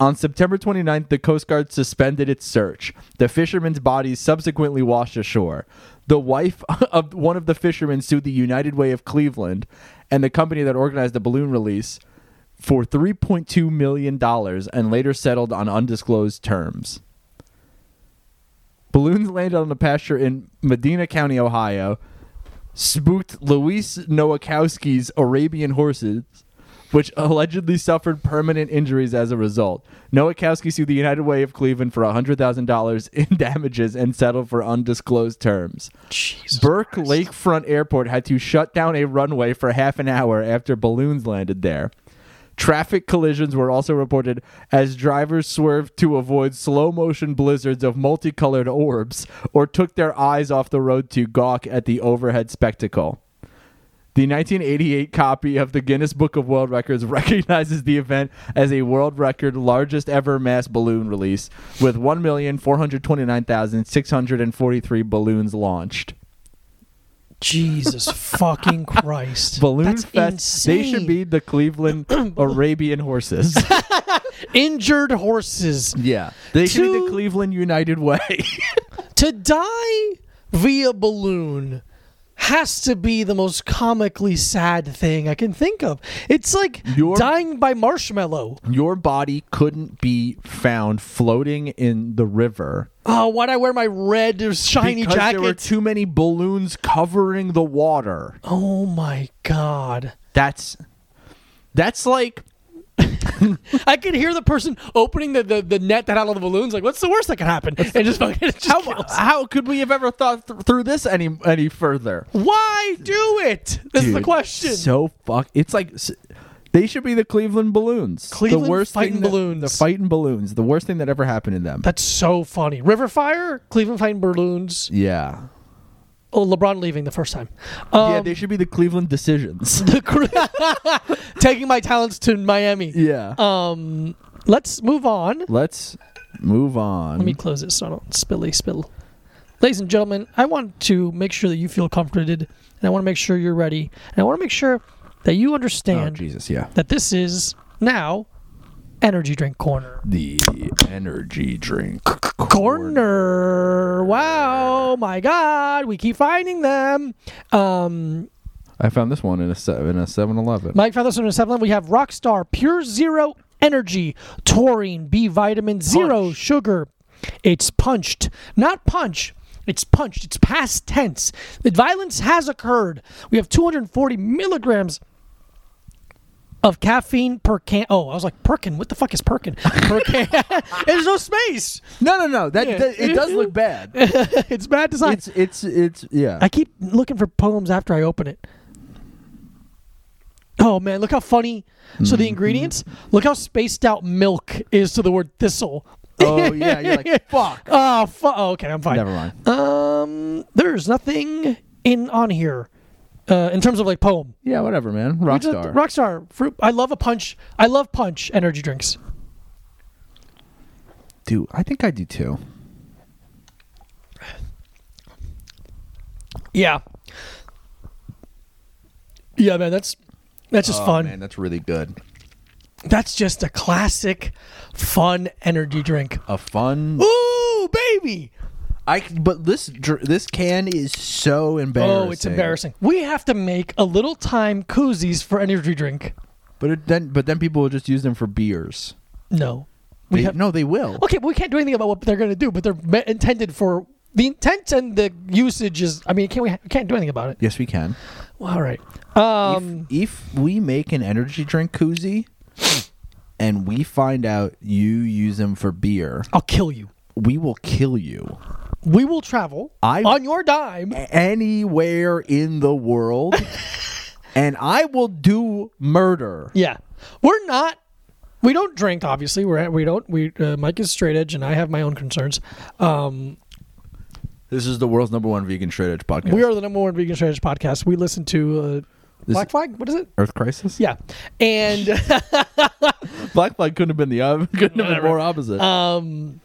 S3: On September 29th, the Coast Guard suspended its search. The fishermen's bodies subsequently washed ashore. The wife <laughs> of one of the fishermen sued the United Way of Cleveland and the company that organized the balloon release for $3.2 million and later settled on undisclosed terms. Balloons landed on the pasture in Medina County, Ohio, spooked Luis Nowakowski's Arabian horses, which allegedly suffered permanent injuries as a result. Nowakowski sued the United Way of Cleveland for $100,000 in <laughs> damages and settled for undisclosed terms.
S4: Jesus
S3: Burke Lakefront Airport had to shut down a runway for half an hour after balloons landed there. Traffic collisions were also reported as drivers swerved to avoid slow motion blizzards of multicolored orbs or took their eyes off the road to gawk at the overhead spectacle. The 1988 copy of the Guinness Book of World Records <laughs> recognizes the event as a world record largest ever mass balloon release, with 1,429,643 balloons launched. <laughs>
S4: Jesus fucking Christ.
S3: Balloon
S4: That's
S3: Fest. They
S4: insane.
S3: should be the <coughs> Cleveland Arabian Horses.
S4: injured horses
S3: <laughs> yeah. They should be
S4: Two-
S3: the Cleveland United Way.
S4: to die via balloon has to be the most comically sad thing I can think of. It's like
S3: Your-
S4: dying by marshmallow.
S3: <laughs> Your body couldn't be found floating in the river
S4: Oh, why'd I wear my red shiny
S3: because
S4: jacket?
S3: there were too many balloons covering the water.
S4: oh my god.
S3: That's that's like
S4: I could hear the person opening the, the, the net that had all the balloons. Like, what's the worst that could happen? And just fucking <laughs> it just
S3: how
S4: kills.
S3: <laughs> how could we have ever thought th- through this any any further?
S4: Why do it? That's the
S3: Dude,
S4: question.
S3: So fuck. It's like s- they should be the Cleveland Balloons.
S4: Cleveland
S3: the worst thing
S4: fighting
S3: that-
S4: balloons.
S3: The fighting balloons. The worst thing that ever happened to them.
S4: That's so funny. River Fire, Cleveland fighting balloons.
S3: yeah.
S4: Oh, LeBron leaving the first time. Um,
S3: yeah. They should be the Cleveland Decisions.
S4: <laughs> the cru- <laughs> taking my talents to Miami.
S3: yeah.
S4: Um, let's move on.
S3: Let's move on.
S4: Let me close it so I don't spilly spill. Ladies and gentlemen, I want to make sure that you feel comforted, and I want to make sure you're ready, and I want to make sure that you
S3: oh
S4: understand
S3: Jesus! Yeah.
S4: that this is now energy drink corner.
S3: The energy drink.
S4: Corner. Wow, my God, we keep finding them. Um,
S3: I found this one in a se- in a Seven Eleven.
S4: Mike found this one in Seven. We have Rockstar Pure Zero Energy, taurine, B vitamin, zero
S3: Punch.
S4: sugar. It's punched, not punch. It's punched. It's past tense. The violence has occurred. We have 240 milligrams of caffeine per can. Oh, I was like Perkin. What the fuck is Perkin? <laughs> Per can. There's no space.
S3: No, no, no. That,
S4: Yeah.
S3: that- it does look
S4: <laughs>
S3: bad.
S4: it's bad design.
S3: It's it's it's yeah.
S4: I keep looking for poems after I open it. Oh man, look how funny. So
S3: Mm-hmm.
S4: the ingredients, look how spaced out milk is to the word thistle.
S3: oh yeah. You're
S4: <laughs>
S3: like fuck.
S4: Oh, fu- oh okay, I'm fine.
S3: Never mind.
S4: Um, there's nothing in on here uh, in terms of like poem.
S3: Yeah, whatever, man.
S4: We just-
S3: Rockstar.
S4: Rockstar fruit. I love a punch. I love punch energy drinks.
S3: Dude, I think I do too.
S4: Yeah. Yeah, man, that's that's just fun.
S3: Oh, Man, that's really good.
S4: That's just a classic, fun energy drink.
S3: A fun.
S4: Ooh, baby!
S3: I c- but this dr- this can is so embarrassing.
S4: Oh, it's embarrassing. We have to make a little time koozies for energy drink.
S3: But it, then but then people will just use them for beers.
S4: No, we
S3: They,
S4: have
S3: no, they will.
S4: Okay, but we can't do anything about what they're going to do. But they're me- intended for the intent and the usage is. I mean, can't we, we can't do anything about it?
S3: Yes, we can.
S4: Well, all right. Um,
S3: If we make an energy drink koozie, and we find out you use them for beer,
S4: I'll kill you.
S3: we will kill you.
S4: We will travel
S3: I-
S4: on your dime.
S3: anywhere in the <laughs> world and I will do murder.
S4: Yeah, we're not. We don't drink, obviously. We're we don't. We uh, Mike is straight edge, and I have my own concerns. Um,
S3: This is the world's number one vegan straight edge podcast.
S4: We are the number one vegan strategist podcast. We listen to uh,
S3: This-
S4: Black Flag. What is it?
S3: Earth Crisis?
S4: Yeah, <laughs> and
S3: Black Flag couldn't have been the ob- <laughs> couldn't have been more opposite.
S4: um,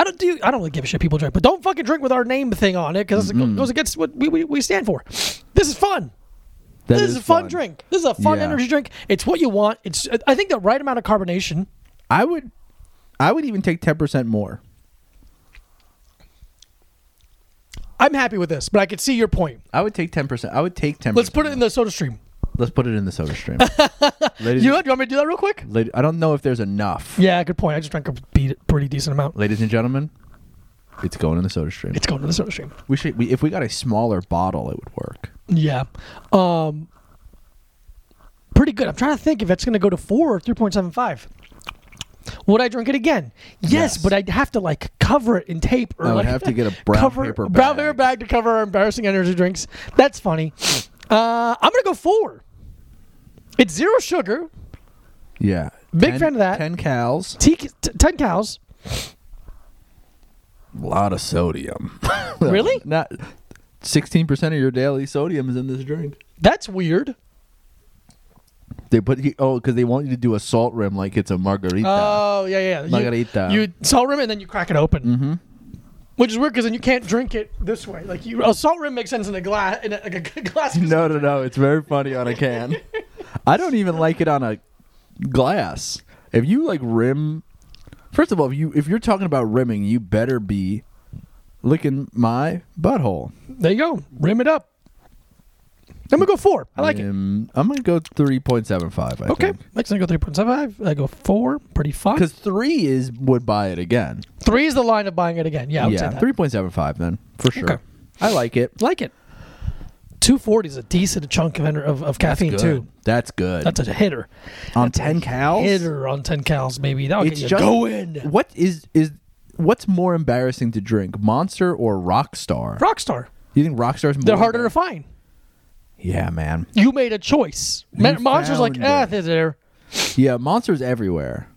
S4: I don't do. I don't really give a shit. People drink, but don't fucking drink with our name thing on it because it goes against what we, we, we stand for. This is fun.
S3: That
S4: this is, a fun, drink. This is a fun
S3: Yeah.
S4: energy drink. It's what you want. It's I think the right amount of carbonation.
S3: I would I would even take 10% more.
S4: I'm happy with this, but I could see your point.
S3: I would take 10%. I would take 10%.
S4: Let's put it in the soda stream.
S3: Let's put it in the soda
S4: <laughs>
S3: stream. ladies,
S4: You, know what? you want me to do that real quick?
S3: lad- I don't know if there's enough.
S4: Yeah, good point. I just drank a be- pretty decent amount.
S3: Ladies and gentlemen, it's going in the soda stream.
S4: It's going to the soda stream.
S3: We should we, if we got a smaller bottle it would work.
S4: Yeah. Um pretty good. I'm trying to think if that's gonna go to four or three point seven five. Would I drink it again? Yes,
S3: Yes.
S4: but I'd have to like cover it in tape or
S3: I would
S4: like
S3: have to get a
S4: <laughs>
S3: brown
S4: cover,
S3: paper
S4: brown
S3: bag.
S4: paper bag to cover our embarrassing energy drinks. That's funny. Uh, I'm gonna go four. It's zero sugar,
S3: Yeah.
S4: Big fan of that.
S3: 10 cals.
S4: tea, t- ten cows.
S3: A lot of sodium. <laughs>
S4: Really?
S3: Not sixteen percent of your daily sodium is in this drink.
S4: That's weird.
S3: They put oh because they want you to do a salt rim like it's a margarita.
S4: Oh yeah, yeah. You-
S3: Margarita.
S4: You, salt rim and then you crack it open. Mm-hmm. Which is weird because then you can't drink it this way. Like you, a salt rim makes sense in a glass. In a, like a <laughs>
S3: <laughs>
S4: glass.
S3: no, no, no! It's very funny on a can. I don't even like it on a glass. If you like rim, first of all, if you if you're talking about rimming, you better be licking my butthole.
S4: There you go. Rim it up. I'm gonna go four. I like it.
S3: Um, I'm gonna go three point seven five. I
S4: Okay. Next I go three point seven five. I go four. Pretty fun.
S3: because three is would buy it again.
S4: Three is the line of buying it again. Yeah, I would say
S3: yeah,
S4: that.
S3: three point seven five then for sure.
S4: Okay.
S3: I like it.
S4: Like it. Two forty is a decent chunk of ener- of, of caffeine
S3: Good.
S4: too.
S3: That's good.
S4: That's a hitter.
S3: on ten cows.
S4: Hitter on ten cals, maybe. That'll
S3: It's
S4: get you
S3: just
S4: going.
S3: what is is what's more embarrassing to drink, Monster or Rockstar?
S4: Rockstar.
S3: you think Rockstar's more
S4: They're harder to find.
S3: Yeah, man.
S4: You made a choice. Man, Monsters like
S3: found
S4: ah,
S3: it."
S4: they're there.
S3: Yeah, Monsters everywhere.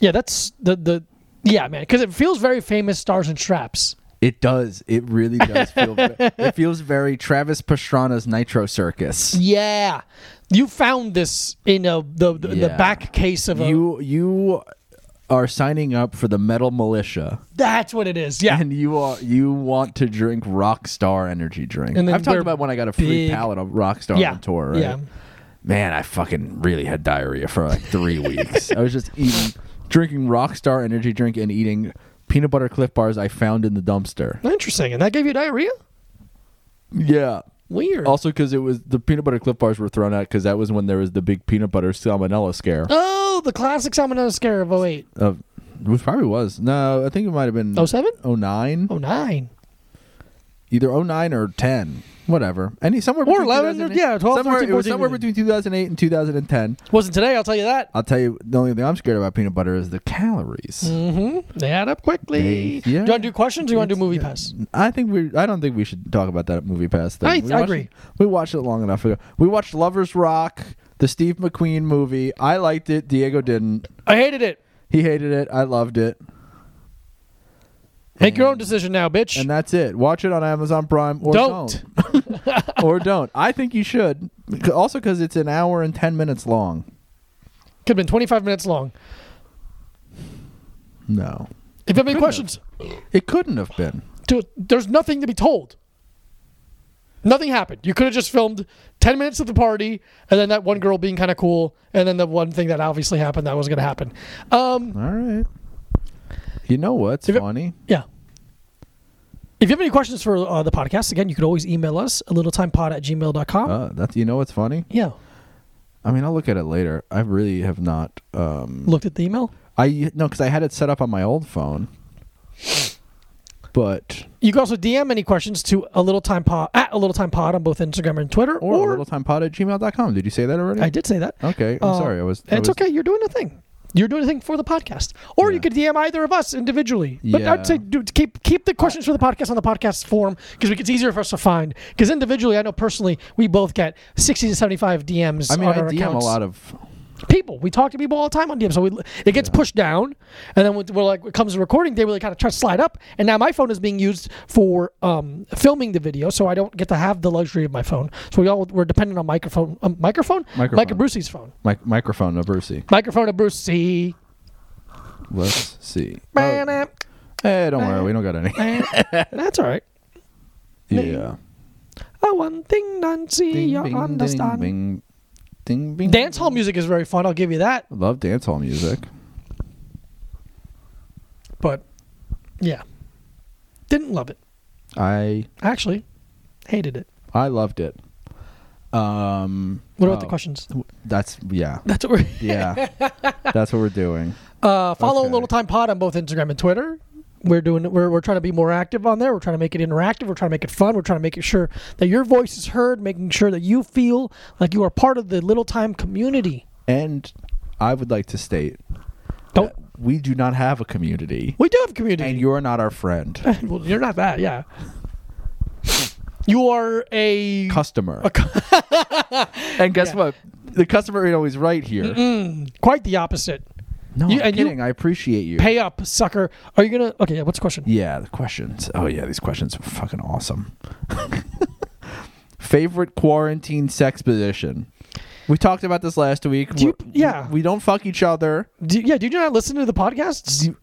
S4: Yeah, that's the the yeah man because it feels very famous stars and straps.
S3: It does. It really
S4: <laughs>
S3: does feel. ve- it feels very Travis Pastrana's Nitro Circus.
S4: Yeah, you found this in a, the the, the
S3: Yeah.
S4: back case of a.
S3: You you are signing up for the metal militia,
S4: that's what it is. Yeah,
S3: and you are you want to drink Rockstar energy drink.
S4: And then
S3: I've talked
S4: they're
S3: about when I got a free
S4: big-
S3: pallet of Rockstar
S4: yeah,
S3: on tour. Right?
S4: yeah.
S3: Man, I fucking really had diarrhea for like three weeks. I was just eating, drinking Rockstar energy drink, and eating peanut butter Cliff bars I found in the dumpster.
S4: Interesting, and that gave you diarrhea.
S3: Yeah.
S4: Weird.
S3: Also, because it was the peanut butter Cliff bars were thrown out because that was when there was the big peanut butter salmonella scare.
S4: oh, the classic salmonella scare of oh, 08.
S3: Uh, which probably was no, I think it might have been
S4: 07?
S3: 09?
S4: Oh, 09.
S3: either 09 or ten, whatever. Any somewhere
S4: Or
S3: between
S4: 11,
S3: 2008
S4: yeah, 12,
S3: somewhere,
S4: 13,
S3: it was
S4: 14.
S3: somewhere between 2008 and 2010.
S4: Wasn't today. I'll tell you that.
S3: I'll tell you, the only thing I'm scared about peanut butter is the calories.
S4: Mm-hmm. They add up quickly.
S3: They- yeah.
S4: Do you want to do questions? or You want to do
S3: It's-
S4: movie
S3: yeah.
S4: pass?
S3: I think we. I don't think we should talk about that movie pass. Thing.
S4: I-
S3: we
S4: I
S3: watched-
S4: agree.
S3: we watched it long enough ago. We watched Lovers Rock, the Steve McQueen movie. I liked it. Diego didn't.
S4: I hated it.
S3: He hated it. I loved it.
S4: Make your own decision now, bitch.
S3: And that's it. Watch it on Amazon Prime or
S4: Don't.
S3: don't. or don't. <laughs> I think you should. Also, because it's an hour and 10 minutes long.
S4: Could have been 25 minutes long.
S3: No.
S4: If you have any
S3: Couldn't
S4: questions,
S3: It couldn't have been.
S4: to, there's nothing to be told. Nothing happened. You could have just filmed 10 minutes of the party and then that one girl being kind of cool and then the one thing that obviously happened that was going to happen. Um,
S3: All right. You know what's
S4: If it-
S3: funny?
S4: yeah. If you have any questions for uh, the podcast, again, you could always email us, a littletimepod at gmail.com.
S3: Uh, that's, you know what's funny?
S4: yeah.
S3: I mean, I'll look at it later. I really have not. Um,
S4: Looked at the email.
S3: I No, because I had it set up on my old phone. But.
S4: You can also DM any questions to a little time pod at a little time pod on both Instagram and Twitter.
S3: Or,
S4: Or,
S3: littletimepod at gmail.com. Did you say that already?
S4: I did say that.
S3: Okay. I'm
S4: Uh,
S3: sorry. I was. I
S4: It's
S3: was-
S4: okay. You're doing a thing. You're doing a thing for the podcast, or you
S3: Yeah.
S4: could DM either of us individually. But
S3: Yeah.
S4: I'd say do, keep keep the questions for the podcast on the podcast form because it's easier for us to find. Because individually, I know personally, we both get sixty to seventy five DMs.
S3: I mean,
S4: on
S3: I
S4: our
S3: DM
S4: accounts.
S3: a lot of
S4: people. We talk to people all the time on DM, so we, it gets pushed down, and then we're like, it comes to recording day, we like kind of try to slide up. And now my phone is being used for um, filming the video, so I don't get to have the luxury of my phone. So we all we're dependent on microphone, um, microphone,
S3: Microphone.
S4: Micah Brucey's phone,
S3: mic- microphone of Brucey.
S4: microphone of Brucey.
S3: Let's see. Oh,
S4: That's
S3: hey, don't worry, we don't got any.
S4: all right.
S3: <laughs> Yeah.
S4: Oh, one thing, Nancy, you understand.
S3: Bing, ding, bing.
S4: Dance hall music is very fun. I'll give you that.
S3: Love dance hall music.
S4: But yeah, didn't love it.
S3: I
S4: Actually, hated it.
S3: I loved it. Um.
S4: What about
S3: oh,
S4: the questions?
S3: That's
S4: <laughs>
S3: yeah,
S4: That's what we're.
S3: yeah. that's what we're doing. <laughs>
S4: Uh, follow
S3: Okay.
S4: Little Time Pod on both Instagram and Twitter. We're doing we're, we're trying to be more active on there. We're trying to make it interactive. We're trying to make it fun. We're trying to make it sure that your voice is heard, making sure that you feel like you are part of the Little Time community.
S3: And I would like to state
S4: Don't
S3: we do not have a community,
S4: we do have community?
S3: and you're not our
S4: <laughs>
S3: friend,
S4: well, you're not that, yeah. You are a
S3: customer.
S4: <laughs>
S3: and guess what? The customer ain't always right here.
S4: quite the opposite.
S3: No,
S4: You-
S3: I'm
S4: and you-
S3: kidding. I appreciate you.
S4: Pay up, sucker. Are you gonna? Okay, yeah, what's the question?
S3: Yeah, the questions. Oh yeah, these questions are fucking awesome. <laughs> Favorite quarantine sex position. We talked about this last week.
S4: Do you-
S3: We-
S4: yeah.
S3: we, don't fuck each other.
S4: Do, yeah, did you not listen to the podcasts?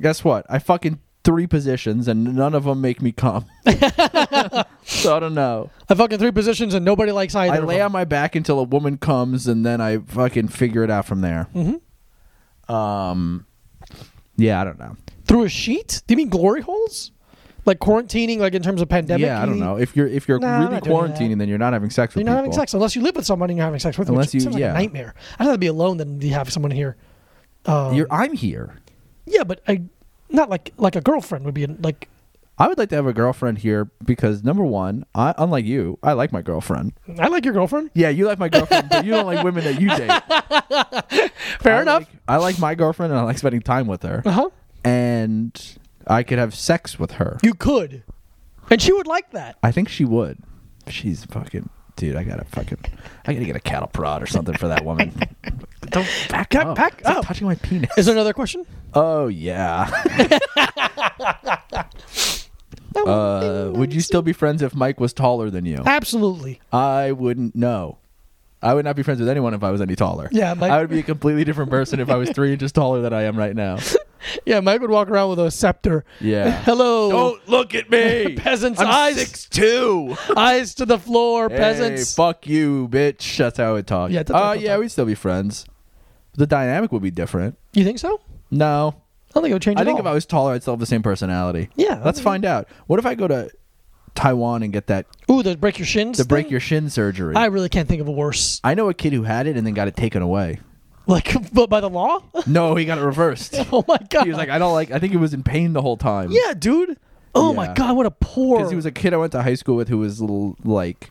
S3: Guess what? I fucking three positions, and none of them make me come. <laughs> so I don't know.
S4: I fucking three positions and nobody likes either.
S3: I
S4: of
S3: lay
S4: them.
S3: on my back until a woman comes, and then I fucking figure it out from there. Mm-hmm. Um, yeah, I don't know.
S4: through a sheet. Do you mean glory holes? Like quarantining, like in terms of pandemic.
S3: yeah, I don't know. If you're if you're
S4: Nah, I'm
S3: really
S4: not doing that.
S3: quarantining, then you're not having sex with
S4: You're not having
S3: people.
S4: sex unless you live with someone and you're having sex with.
S3: Unless
S4: Unless
S3: you-
S4: you, sounds like
S3: yeah.
S4: a nightmare. I'd rather be alone than to have someone here. Um,
S3: You're, I'm here.
S4: yeah, but I, not like like a girlfriend would be like.
S3: I would like to have a girlfriend here because number one, I, unlike you, I like my girlfriend.
S4: I like your girlfriend.
S3: Yeah, you like my girlfriend, but you don't like women
S4: <laughs>
S3: that you date.
S4: Fair
S3: I
S4: enough.
S3: like- I like my girlfriend, and I like spending time with her,
S4: uh huh.
S3: and I could have sex with her.
S4: You could, and she would like that.
S3: I think she would. She's fucking dude. I gotta fucking. I gotta get a cattle prod or something for that
S4: <laughs>
S3: woman. Don't back
S4: Back-
S3: up.
S4: back
S3: Stop
S4: up.
S3: touching my penis.
S4: Is there another question?
S3: Oh
S4: <laughs>
S3: yeah. uh, would you still be friends if Mike was taller than you?
S4: Absolutely.
S3: I wouldn't know. I would not be friends with anyone if I was any taller.
S4: Yeah, Mike-
S3: I would be a completely different person if I was three inches taller than I am right now.
S4: Yeah, Mike would walk around with a scepter.
S3: Yeah.
S4: <laughs> Hello.
S3: look at me,
S4: <laughs> Peasants, eyes-
S3: two.
S4: Eyes to the floor, peasants.
S3: fuck you, bitch. That's how it talks.
S4: Yeah, that's how
S3: uh,
S4: it
S3: yeah,
S4: talks.
S3: we'd still be friends. The dynamic would be different.
S4: You think so?
S3: No,
S4: I don't think it would change
S3: I
S4: at
S3: think
S4: all.
S3: if I was taller, I'd still have the same personality.
S4: Yeah.
S3: let's find out. What if I go to Taiwan and get that
S4: Ooh, the break your shins.
S3: the break
S4: thing?
S3: your shin surgery?
S4: I
S3: I,
S4: really can't think of a worse. <laughs>
S3: know a kid who had it and then got it taken away.
S4: Like, but by the law? <laughs>
S3: No, he got it reversed.
S4: oh my god.
S3: he was like, I don't like. I think he was in pain the whole time.
S4: yeah, dude. Oh
S3: Yeah.
S4: my god, what a poor.
S3: because he was a kid I went to high school with who was l- like.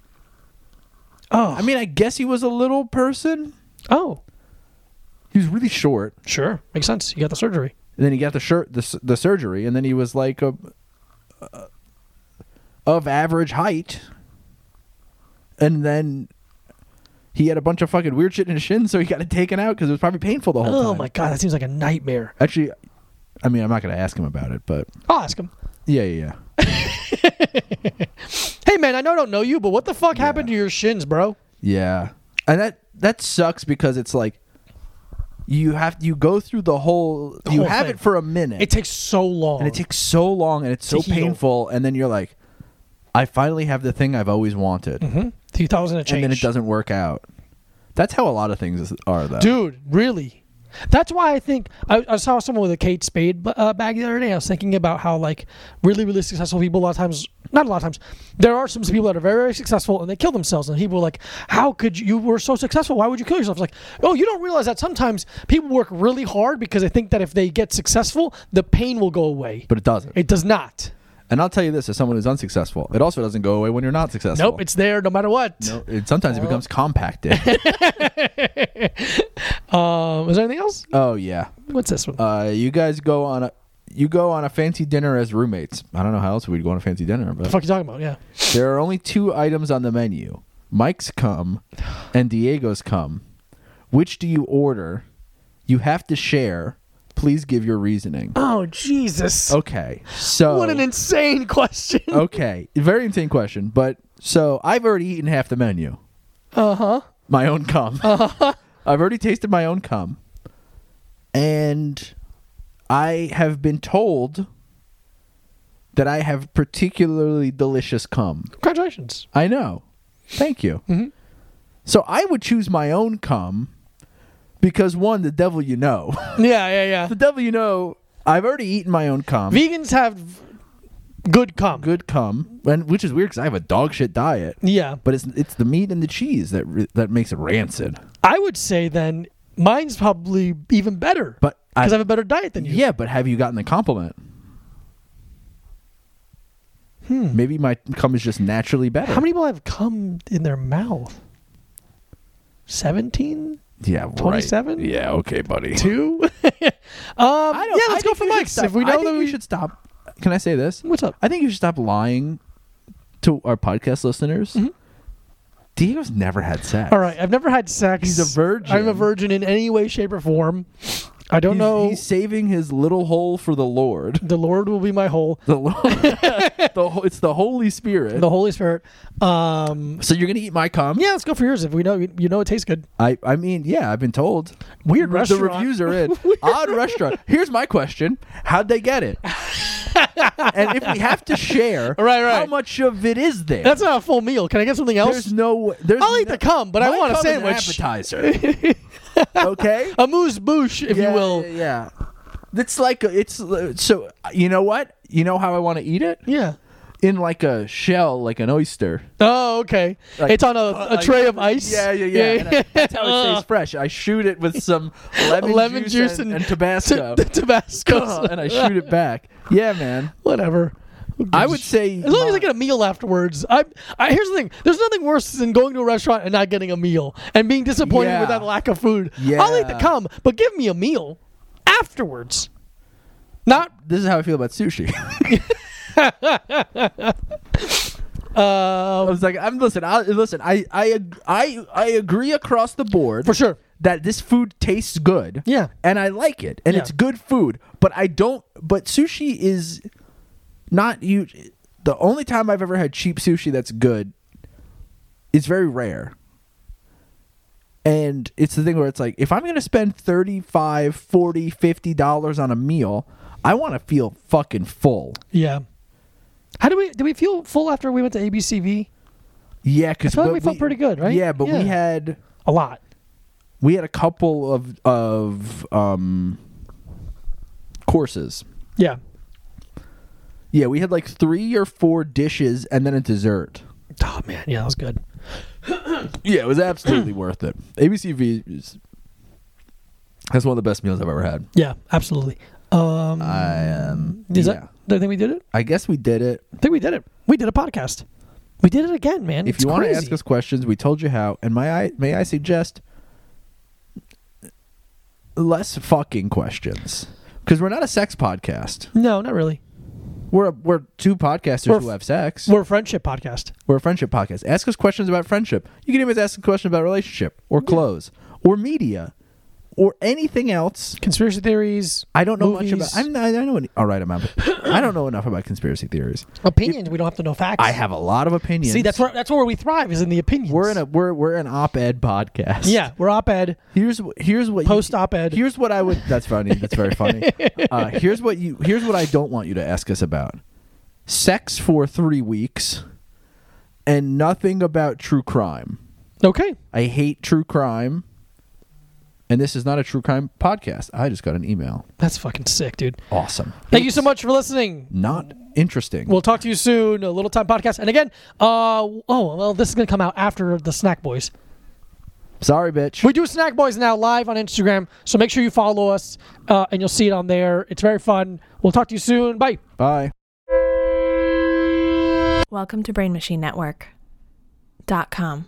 S4: oh,
S3: I mean, I guess he was a little person.
S4: oh,
S3: He was really short.
S4: sure, makes sense. You got the surgery.
S3: And then he got the shirt, the, s- the surgery, and then he was like a, uh, of average height. And then he had a bunch of fucking weird shit in his shin, so he got it taken out because it was probably painful the whole
S4: Oh
S3: time.
S4: my god, that seems like a nightmare.
S3: Actually, I mean, I'm not gonna ask him about it, but
S4: I'll ask him.
S3: yeah, yeah, yeah,
S4: Hey man, I know I don't know you, but what the fuck happened to your shins, bro?
S3: yeah. And that that sucks because it's like you have you go through the whole you
S4: whole
S3: have
S4: thing.
S3: it for a minute.
S4: It takes so long.
S3: and it takes so long and it's so
S4: To heal.
S3: painful and then you're like i finally have the thing i've always wanted
S4: hmm Two thousand and change.
S3: and then it doesn't work out that's how a lot of things is- are though
S4: dude really that's why i think i, I saw someone with a kate spade b- uh, bag the other day i was thinking about how like really really successful people a lot of times not a lot of times there are some people that are very very successful and they kill themselves and people are like how could you you were so successful why would you kill yourself it's like oh you don't realize that sometimes people work really hard because they think that if they get successful the pain will go away
S3: but it doesn't
S4: it does not
S3: and i'll tell you this as someone who's unsuccessful it also doesn't go away when you're not successful
S4: nope it's there no matter what
S3: No, it, sometimes it becomes compacted
S4: <laughs> um is there anything else
S3: oh yeah
S4: what's this one
S3: uh, you guys go on a you go on a fancy dinner as roommates i don't know how else we'd go on a fancy dinner
S4: the
S3: but
S4: fuck you talking about yeah
S3: There are only two items on the menu Mike's cum and Diego's cum. Which do you order? You have to share. Please give your reasoning.
S4: oh jesus
S3: Okay. So.
S4: what an insane <laughs> question
S3: Oh, okay. Very insane question. But so I've already eaten half the menu.
S4: Uh huh.
S3: My own cum.
S4: Uh-huh.
S3: <laughs> I've already tasted my own cum. And I have been told that I have particularly delicious cum.
S4: Congratulations.
S3: I know. Thank you.
S4: Mhm.
S3: So I would choose my own cum because one, the devil you know. <laughs>
S4: Yeah, yeah, yeah.
S3: the devil you know, I've already eaten my own cum.
S4: Vegans have good cum.
S3: good cum, and which is weird cuz I have a dog shit diet.
S4: Yeah,
S3: But it's it's the meat and the cheese that re- that makes it rancid.
S4: I would say then mine's probably even better.
S3: But I-
S4: because I have a better diet than you.
S3: Yeah, but have you gotten the compliment? Maybe my cum is just naturally better.
S4: Hmm. How many people have cum in their mouth? Seventeen.
S3: Yeah, right.
S4: 27?
S3: Yeah, okay, buddy.
S4: Two. <laughs> um, yeah,
S3: I
S4: let's go
S3: think
S4: for
S3: we should
S4: Mike's.
S3: stop-
S4: If we
S3: I
S4: know
S3: think
S4: that
S3: we should stop. Can I say this?
S4: What's up?
S3: I think you should stop lying to our podcast listeners. Diego's never had sex.
S4: Mm-hmm. All right. I've never had sex.
S3: He's a virgin.
S4: I'm a virgin in any way, shape, or form. I don't
S3: He's,
S4: know.
S3: he's saving his little hole for the Lord. <laughs>
S4: The Lord will be my whole.
S3: The
S4: <laughs>
S3: Lord, the, ho- it's the Holy Spirit.
S4: The Holy Spirit. Um.
S3: so you're gonna eat my cum?
S4: Yeah, let's go for yours. If we know, you know, it tastes good.
S3: I, I mean, yeah, I've been told.
S4: Weird
S3: The
S4: restaurant.
S3: reviews are
S4: <laughs>
S3: in. Odd restaurant. Here's my question: How'd they get
S4: <laughs>
S3: it? and if we have to share,
S4: Right, right.
S3: how much of it is there?
S4: That's not a full meal. Can I get something else?
S3: there's no. There's
S4: I'll eat
S3: no-
S4: the cum, but I
S3: My
S4: want a
S3: cum is an
S4: sandwich. <laughs>
S3: appetizer. okay.
S4: A moose bouche, if
S3: yeah,
S4: you will.
S3: Yeah. yeah. It's like it's so you know what? You know how I want to eat it?
S4: Yeah.
S3: In like a shell, like an oyster.
S4: Oh, okay.
S3: Like- uh,
S4: it's on a, a
S3: like-
S4: tray of ice.
S3: Yeah, yeah, yeah. And I- that's how
S4: <laughs>
S3: it stays fresh. I shoot it with some lemon,
S4: Uh, Lemon
S3: juice,
S4: juice
S3: and,
S4: and-
S3: and Tabasco,
S4: T- <laughs> Tabasco.
S3: <laughs> and I shoot it back. Yeah, man.
S4: <laughs> Whatever.
S3: I would say
S4: As long as I
S3: my-
S4: get a meal afterwards, I, I here's the thing. There's nothing worse than going to a restaurant and not getting a meal and being disappointed
S3: Yeah.
S4: with that lack of food. I'll eat the
S3: Yeah.
S4: cum, but give me a meal afterwards. Not
S3: <laughs> This is how I feel about
S4: <laughs>
S3: sushi. <laughs> I
S4: uh,
S3: was like, I'm listen. I, listen, I, I, ag- I, I agree across the board
S4: for sure.
S3: that this food tastes good.
S4: Yeah.
S3: and I like it, and
S4: Yeah.
S3: it's good food. But I don't. But sushi is not you. The only time I've ever had cheap sushi that's good is very rare. And it's the thing where it's like if I'm going to spend 35, 40, 50 dollars on a meal, I want to feel fucking full.
S4: Yeah. How do we did we feel full after we went to ABCV?
S3: Yeah, cuz
S4: feel like we felt pretty good, right?
S3: Yeah, but
S4: Yeah.
S3: we had
S4: A lot.
S3: we had a couple of of um courses.
S4: Yeah.
S3: Yeah, we had like 3 or 4 dishes and then a dessert.
S4: Oh man, yeah, that was good.
S3: Yeah, it was
S4: <clears throat>
S3: absolutely worth it. ABCV is that's one of the best meals I've ever had.
S4: Yeah, absolutely. Um,
S3: I um
S4: is
S3: yeah.
S4: that? Do you think we did it?
S3: I guess we did it.
S4: I think we did it. We did a podcast. We did it again, man.
S3: If
S4: It's
S3: you want to
S4: crazy.
S3: ask us questions, we told you how. And may I may I suggest less fucking questions because we're not a sex podcast.
S4: no, not really.
S3: We're a, we're two podcasters
S4: We're
S3: who
S4: f-
S3: have sex. We're,
S4: We're a friendship podcast.
S3: a friendship podcast. Ask us questions about friendship. You can even ask a question about relationship or clothes or media or anything else.
S4: Conspiracy theories.
S3: I don't know much
S4: movies,
S3: about. I'm, not- I don't know. Any, all right, I'm out. I don't know enough about conspiracy theories.
S4: opinions. We don't have to know facts.
S3: I have a lot of opinions.
S4: See, that's where that's where we thrive is in the opinions.
S3: we're in a we're we're an op-ed podcast.
S4: yeah. We're op-ed,
S3: Here's wh- here's what you-
S4: post-op-ed.
S3: Here's what I would. That's funny. That's very
S4: <laughs>
S3: funny. Uh, here's what you. Here's what I don't want you to ask us about. Sex for three weeks, and nothing about true crime.
S4: okay.
S3: I hate true crime, and this is not a true crime podcast. I just got an email.
S4: That's fucking sick, dude.
S3: Awesome.
S4: Thank you so much for listening.
S3: Not interesting.
S4: We'll talk to you soon. A little time podcast. And again, uh oh well, this is gonna come out after the Snack Boys.
S3: Sorry, bitch.
S4: We do Snack Boys now live on Instagram, so make sure you follow us, uh, and you'll see it on there. It's very fun. We'll talk to you soon. Bye.
S3: Bye.
S1: Welcome to Brain Machine Network. dot com.